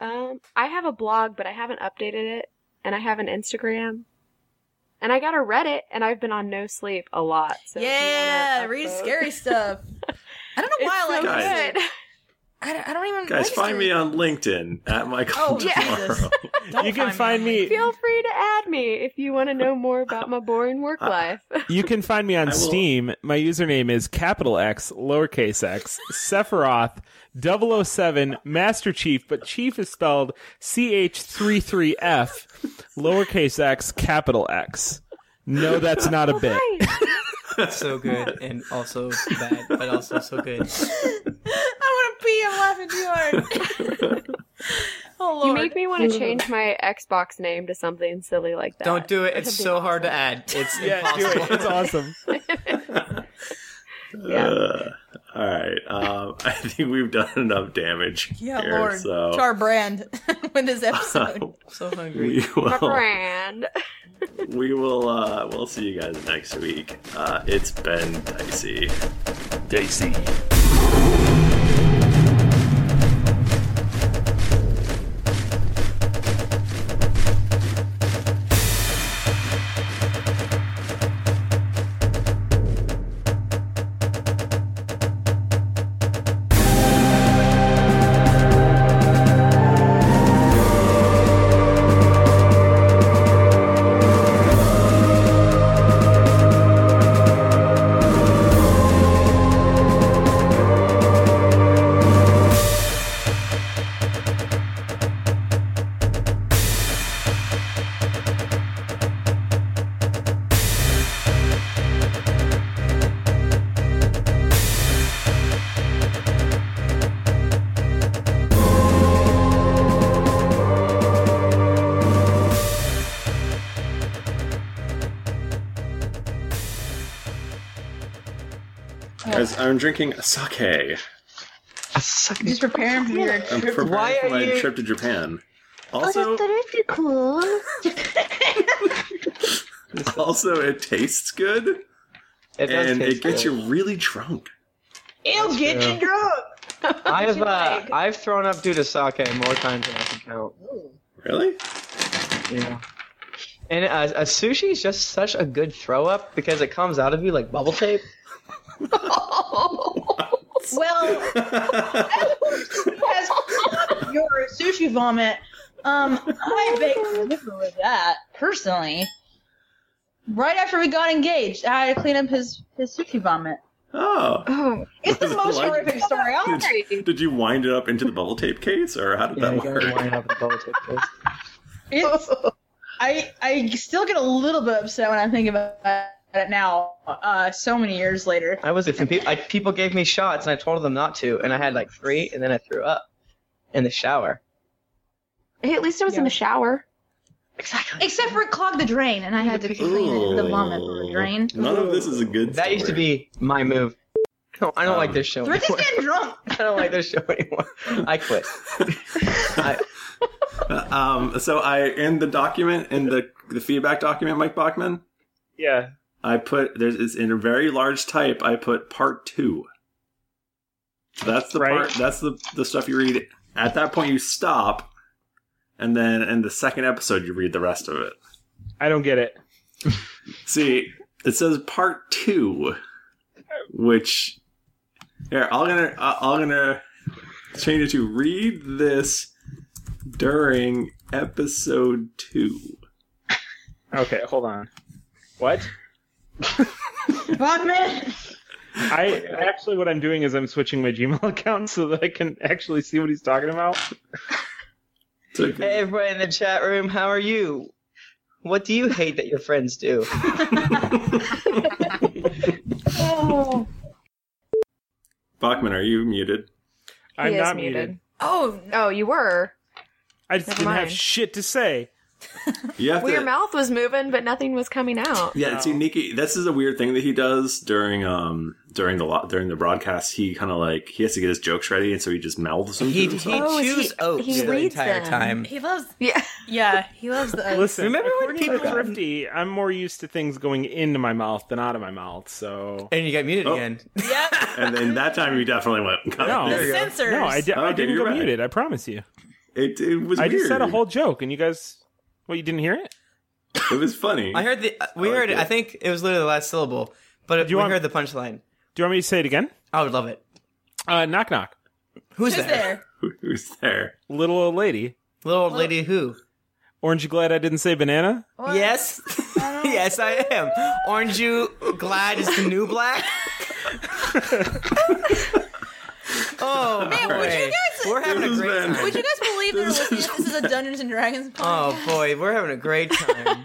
S8: Um, I have a blog, but I haven't updated it, and I have an Instagram, and I got a Reddit, and I've been on no sleep a lot. So if you wanna
S2: yeah, read
S8: upvote-
S2: scary stuff. I don't know why I like
S3: so
S2: this.
S8: good.
S2: I don't, I don't even.
S3: Guys,
S2: like
S3: find me on LinkedIn at Michael
S8: Oh, yeah.
S3: tomorrow.
S4: you can find me.
S8: Feel free to add me if you want to know more about my boring work life.
S4: You can find me on Steam. My username is capital X, lowercase x, Sephiroth 007 Master Chief, but Chief is spelled CH33F, lowercase x, capital X. No, that's not a bit.
S5: so good and also bad, but also so good.
S2: I want to pee. I'm laughing too hard. oh lord,
S8: You make me want to change my Xbox name to something silly like that.
S5: Don't do it. It's
S8: Something
S5: so hard to add. It's impossible.
S4: It's awesome.
S3: Uh, all right. Um, I think we've done enough damage.
S2: Yeah,
S3: here,
S2: Lord.
S3: So
S2: To our brand with this episode.
S5: so
S3: hungry. We
S8: My
S3: will.
S8: brand.
S3: We will. Uh, we'll see you guys next week. Uh, it's been dicey.
S12: Dicey.
S3: guys, I'm drinking sake.
S2: Just prepare him for your
S3: I'm
S2: trip.
S3: preparing for my trip to Japan.
S2: Oh,
S3: Also,
S9: cool.
S3: also, it tastes good,
S9: It does
S3: and
S9: taste
S3: it gets
S9: good.
S3: you really drunk.
S2: It'll get
S1: true.
S2: you drunk.
S1: I've uh, I've thrown up due to sake more times than I can count.
S3: Really?
S1: Yeah. And uh, a sushi is just such a good throw up because it comes out of you like bubble tape.
S2: Well, as your sushi vomit, um, I beg to differ with that personally. Right after we got engaged, I had to clean up his his sushi vomit.
S3: Oh.
S2: it's the
S3: Was it
S2: most
S3: like-
S2: horrific story. I'm sorry.
S3: Did, did you wind it up into the bubble tape case, or how did that work?
S2: It's, I I still get a little bit upset when I think about it now. Uh, so many years later.
S1: I was if people, I, people gave me shots and I told them not to, and I had like three, and then I threw up in the shower.
S8: Hey, at least I was in the shower.
S2: Except for it clogged the drain, and I had to clean it, the vomit from the drain.
S3: None of this is a good. Um,
S1: That used to be my move. No, I don't like this show.
S2: We're just
S1: anymore.
S2: getting drunk.
S1: I don't like this show anymore. I quit.
S3: um, so I in the document in the the feedback document, Mike Bachman.
S1: Yeah.
S3: I put there's it's in a very large type. I put part two. That's the part. That's the the stuff you read. At that point, you stop, and then in the second episode, you read the rest of it.
S4: I don't get it.
S3: See, it says part two, which here I'm gonna I- I'm gonna change it to read this during episode two.
S4: Okay, hold on. What?
S2: Bachman.
S4: I actually, what I'm doing is I'm switching my Gmail account so that I can actually see what he's talking about.
S1: Hey, everybody in the chat room, how are you? What do you hate that your friends do?
S2: Oh,
S3: Bachman, are you muted?
S4: I'm not muted.
S8: Oh, oh, you were.
S4: I just
S8: Never
S4: didn't have
S8: mind.
S4: shit to say.
S3: You have
S8: Well,
S3: to-
S8: your mouth was moving, but nothing was coming out.
S3: Yeah, see, Nikki, this is a weird thing that he does during um during the lo- during the broadcast. He kind of like he has to get his jokes ready, and so he just mouths them. to
S5: He-
S3: himself.
S5: he Oh, is chews he- oats he the reads entire them. time.
S2: He loves. Yeah. Yeah. He loves the.
S4: Listen, Uh, remember when people thrifty? I'm more used to things going into my mouth than out of my mouth. So
S5: and you got
S3: Oh.
S5: muted
S4: again.
S3: and then that time you definitely went.
S4: No,
S3: Oh, There you go.
S4: No, I, di- I
S3: Okay,
S4: didn't
S3: you're
S4: go
S3: right.
S4: muted. I promise you.
S3: It, it was.
S4: I just said a
S3: weird.
S4: whole joke, and you guys, well, you didn't hear it.
S3: It was funny.
S5: I heard the. uh, We heard it. I think it was literally the last syllable, but we heard the punchline.
S4: Do you want me to say it again?
S5: I would love it.
S4: Uh, knock knock.
S5: Who's,
S2: there?
S3: Who's there?
S4: Little old lady.
S5: Little old lady who?
S4: Orange, you glad I didn't say banana?
S5: Yes, yes, I am. Orange, you glad is the new black. oh
S2: Man, would you
S5: boy.
S2: guys?
S5: We're having a great time.
S2: Would you guys believe they're listening? This is a Dungeons and Dragons podcast.
S5: Oh boy, we're having a great time.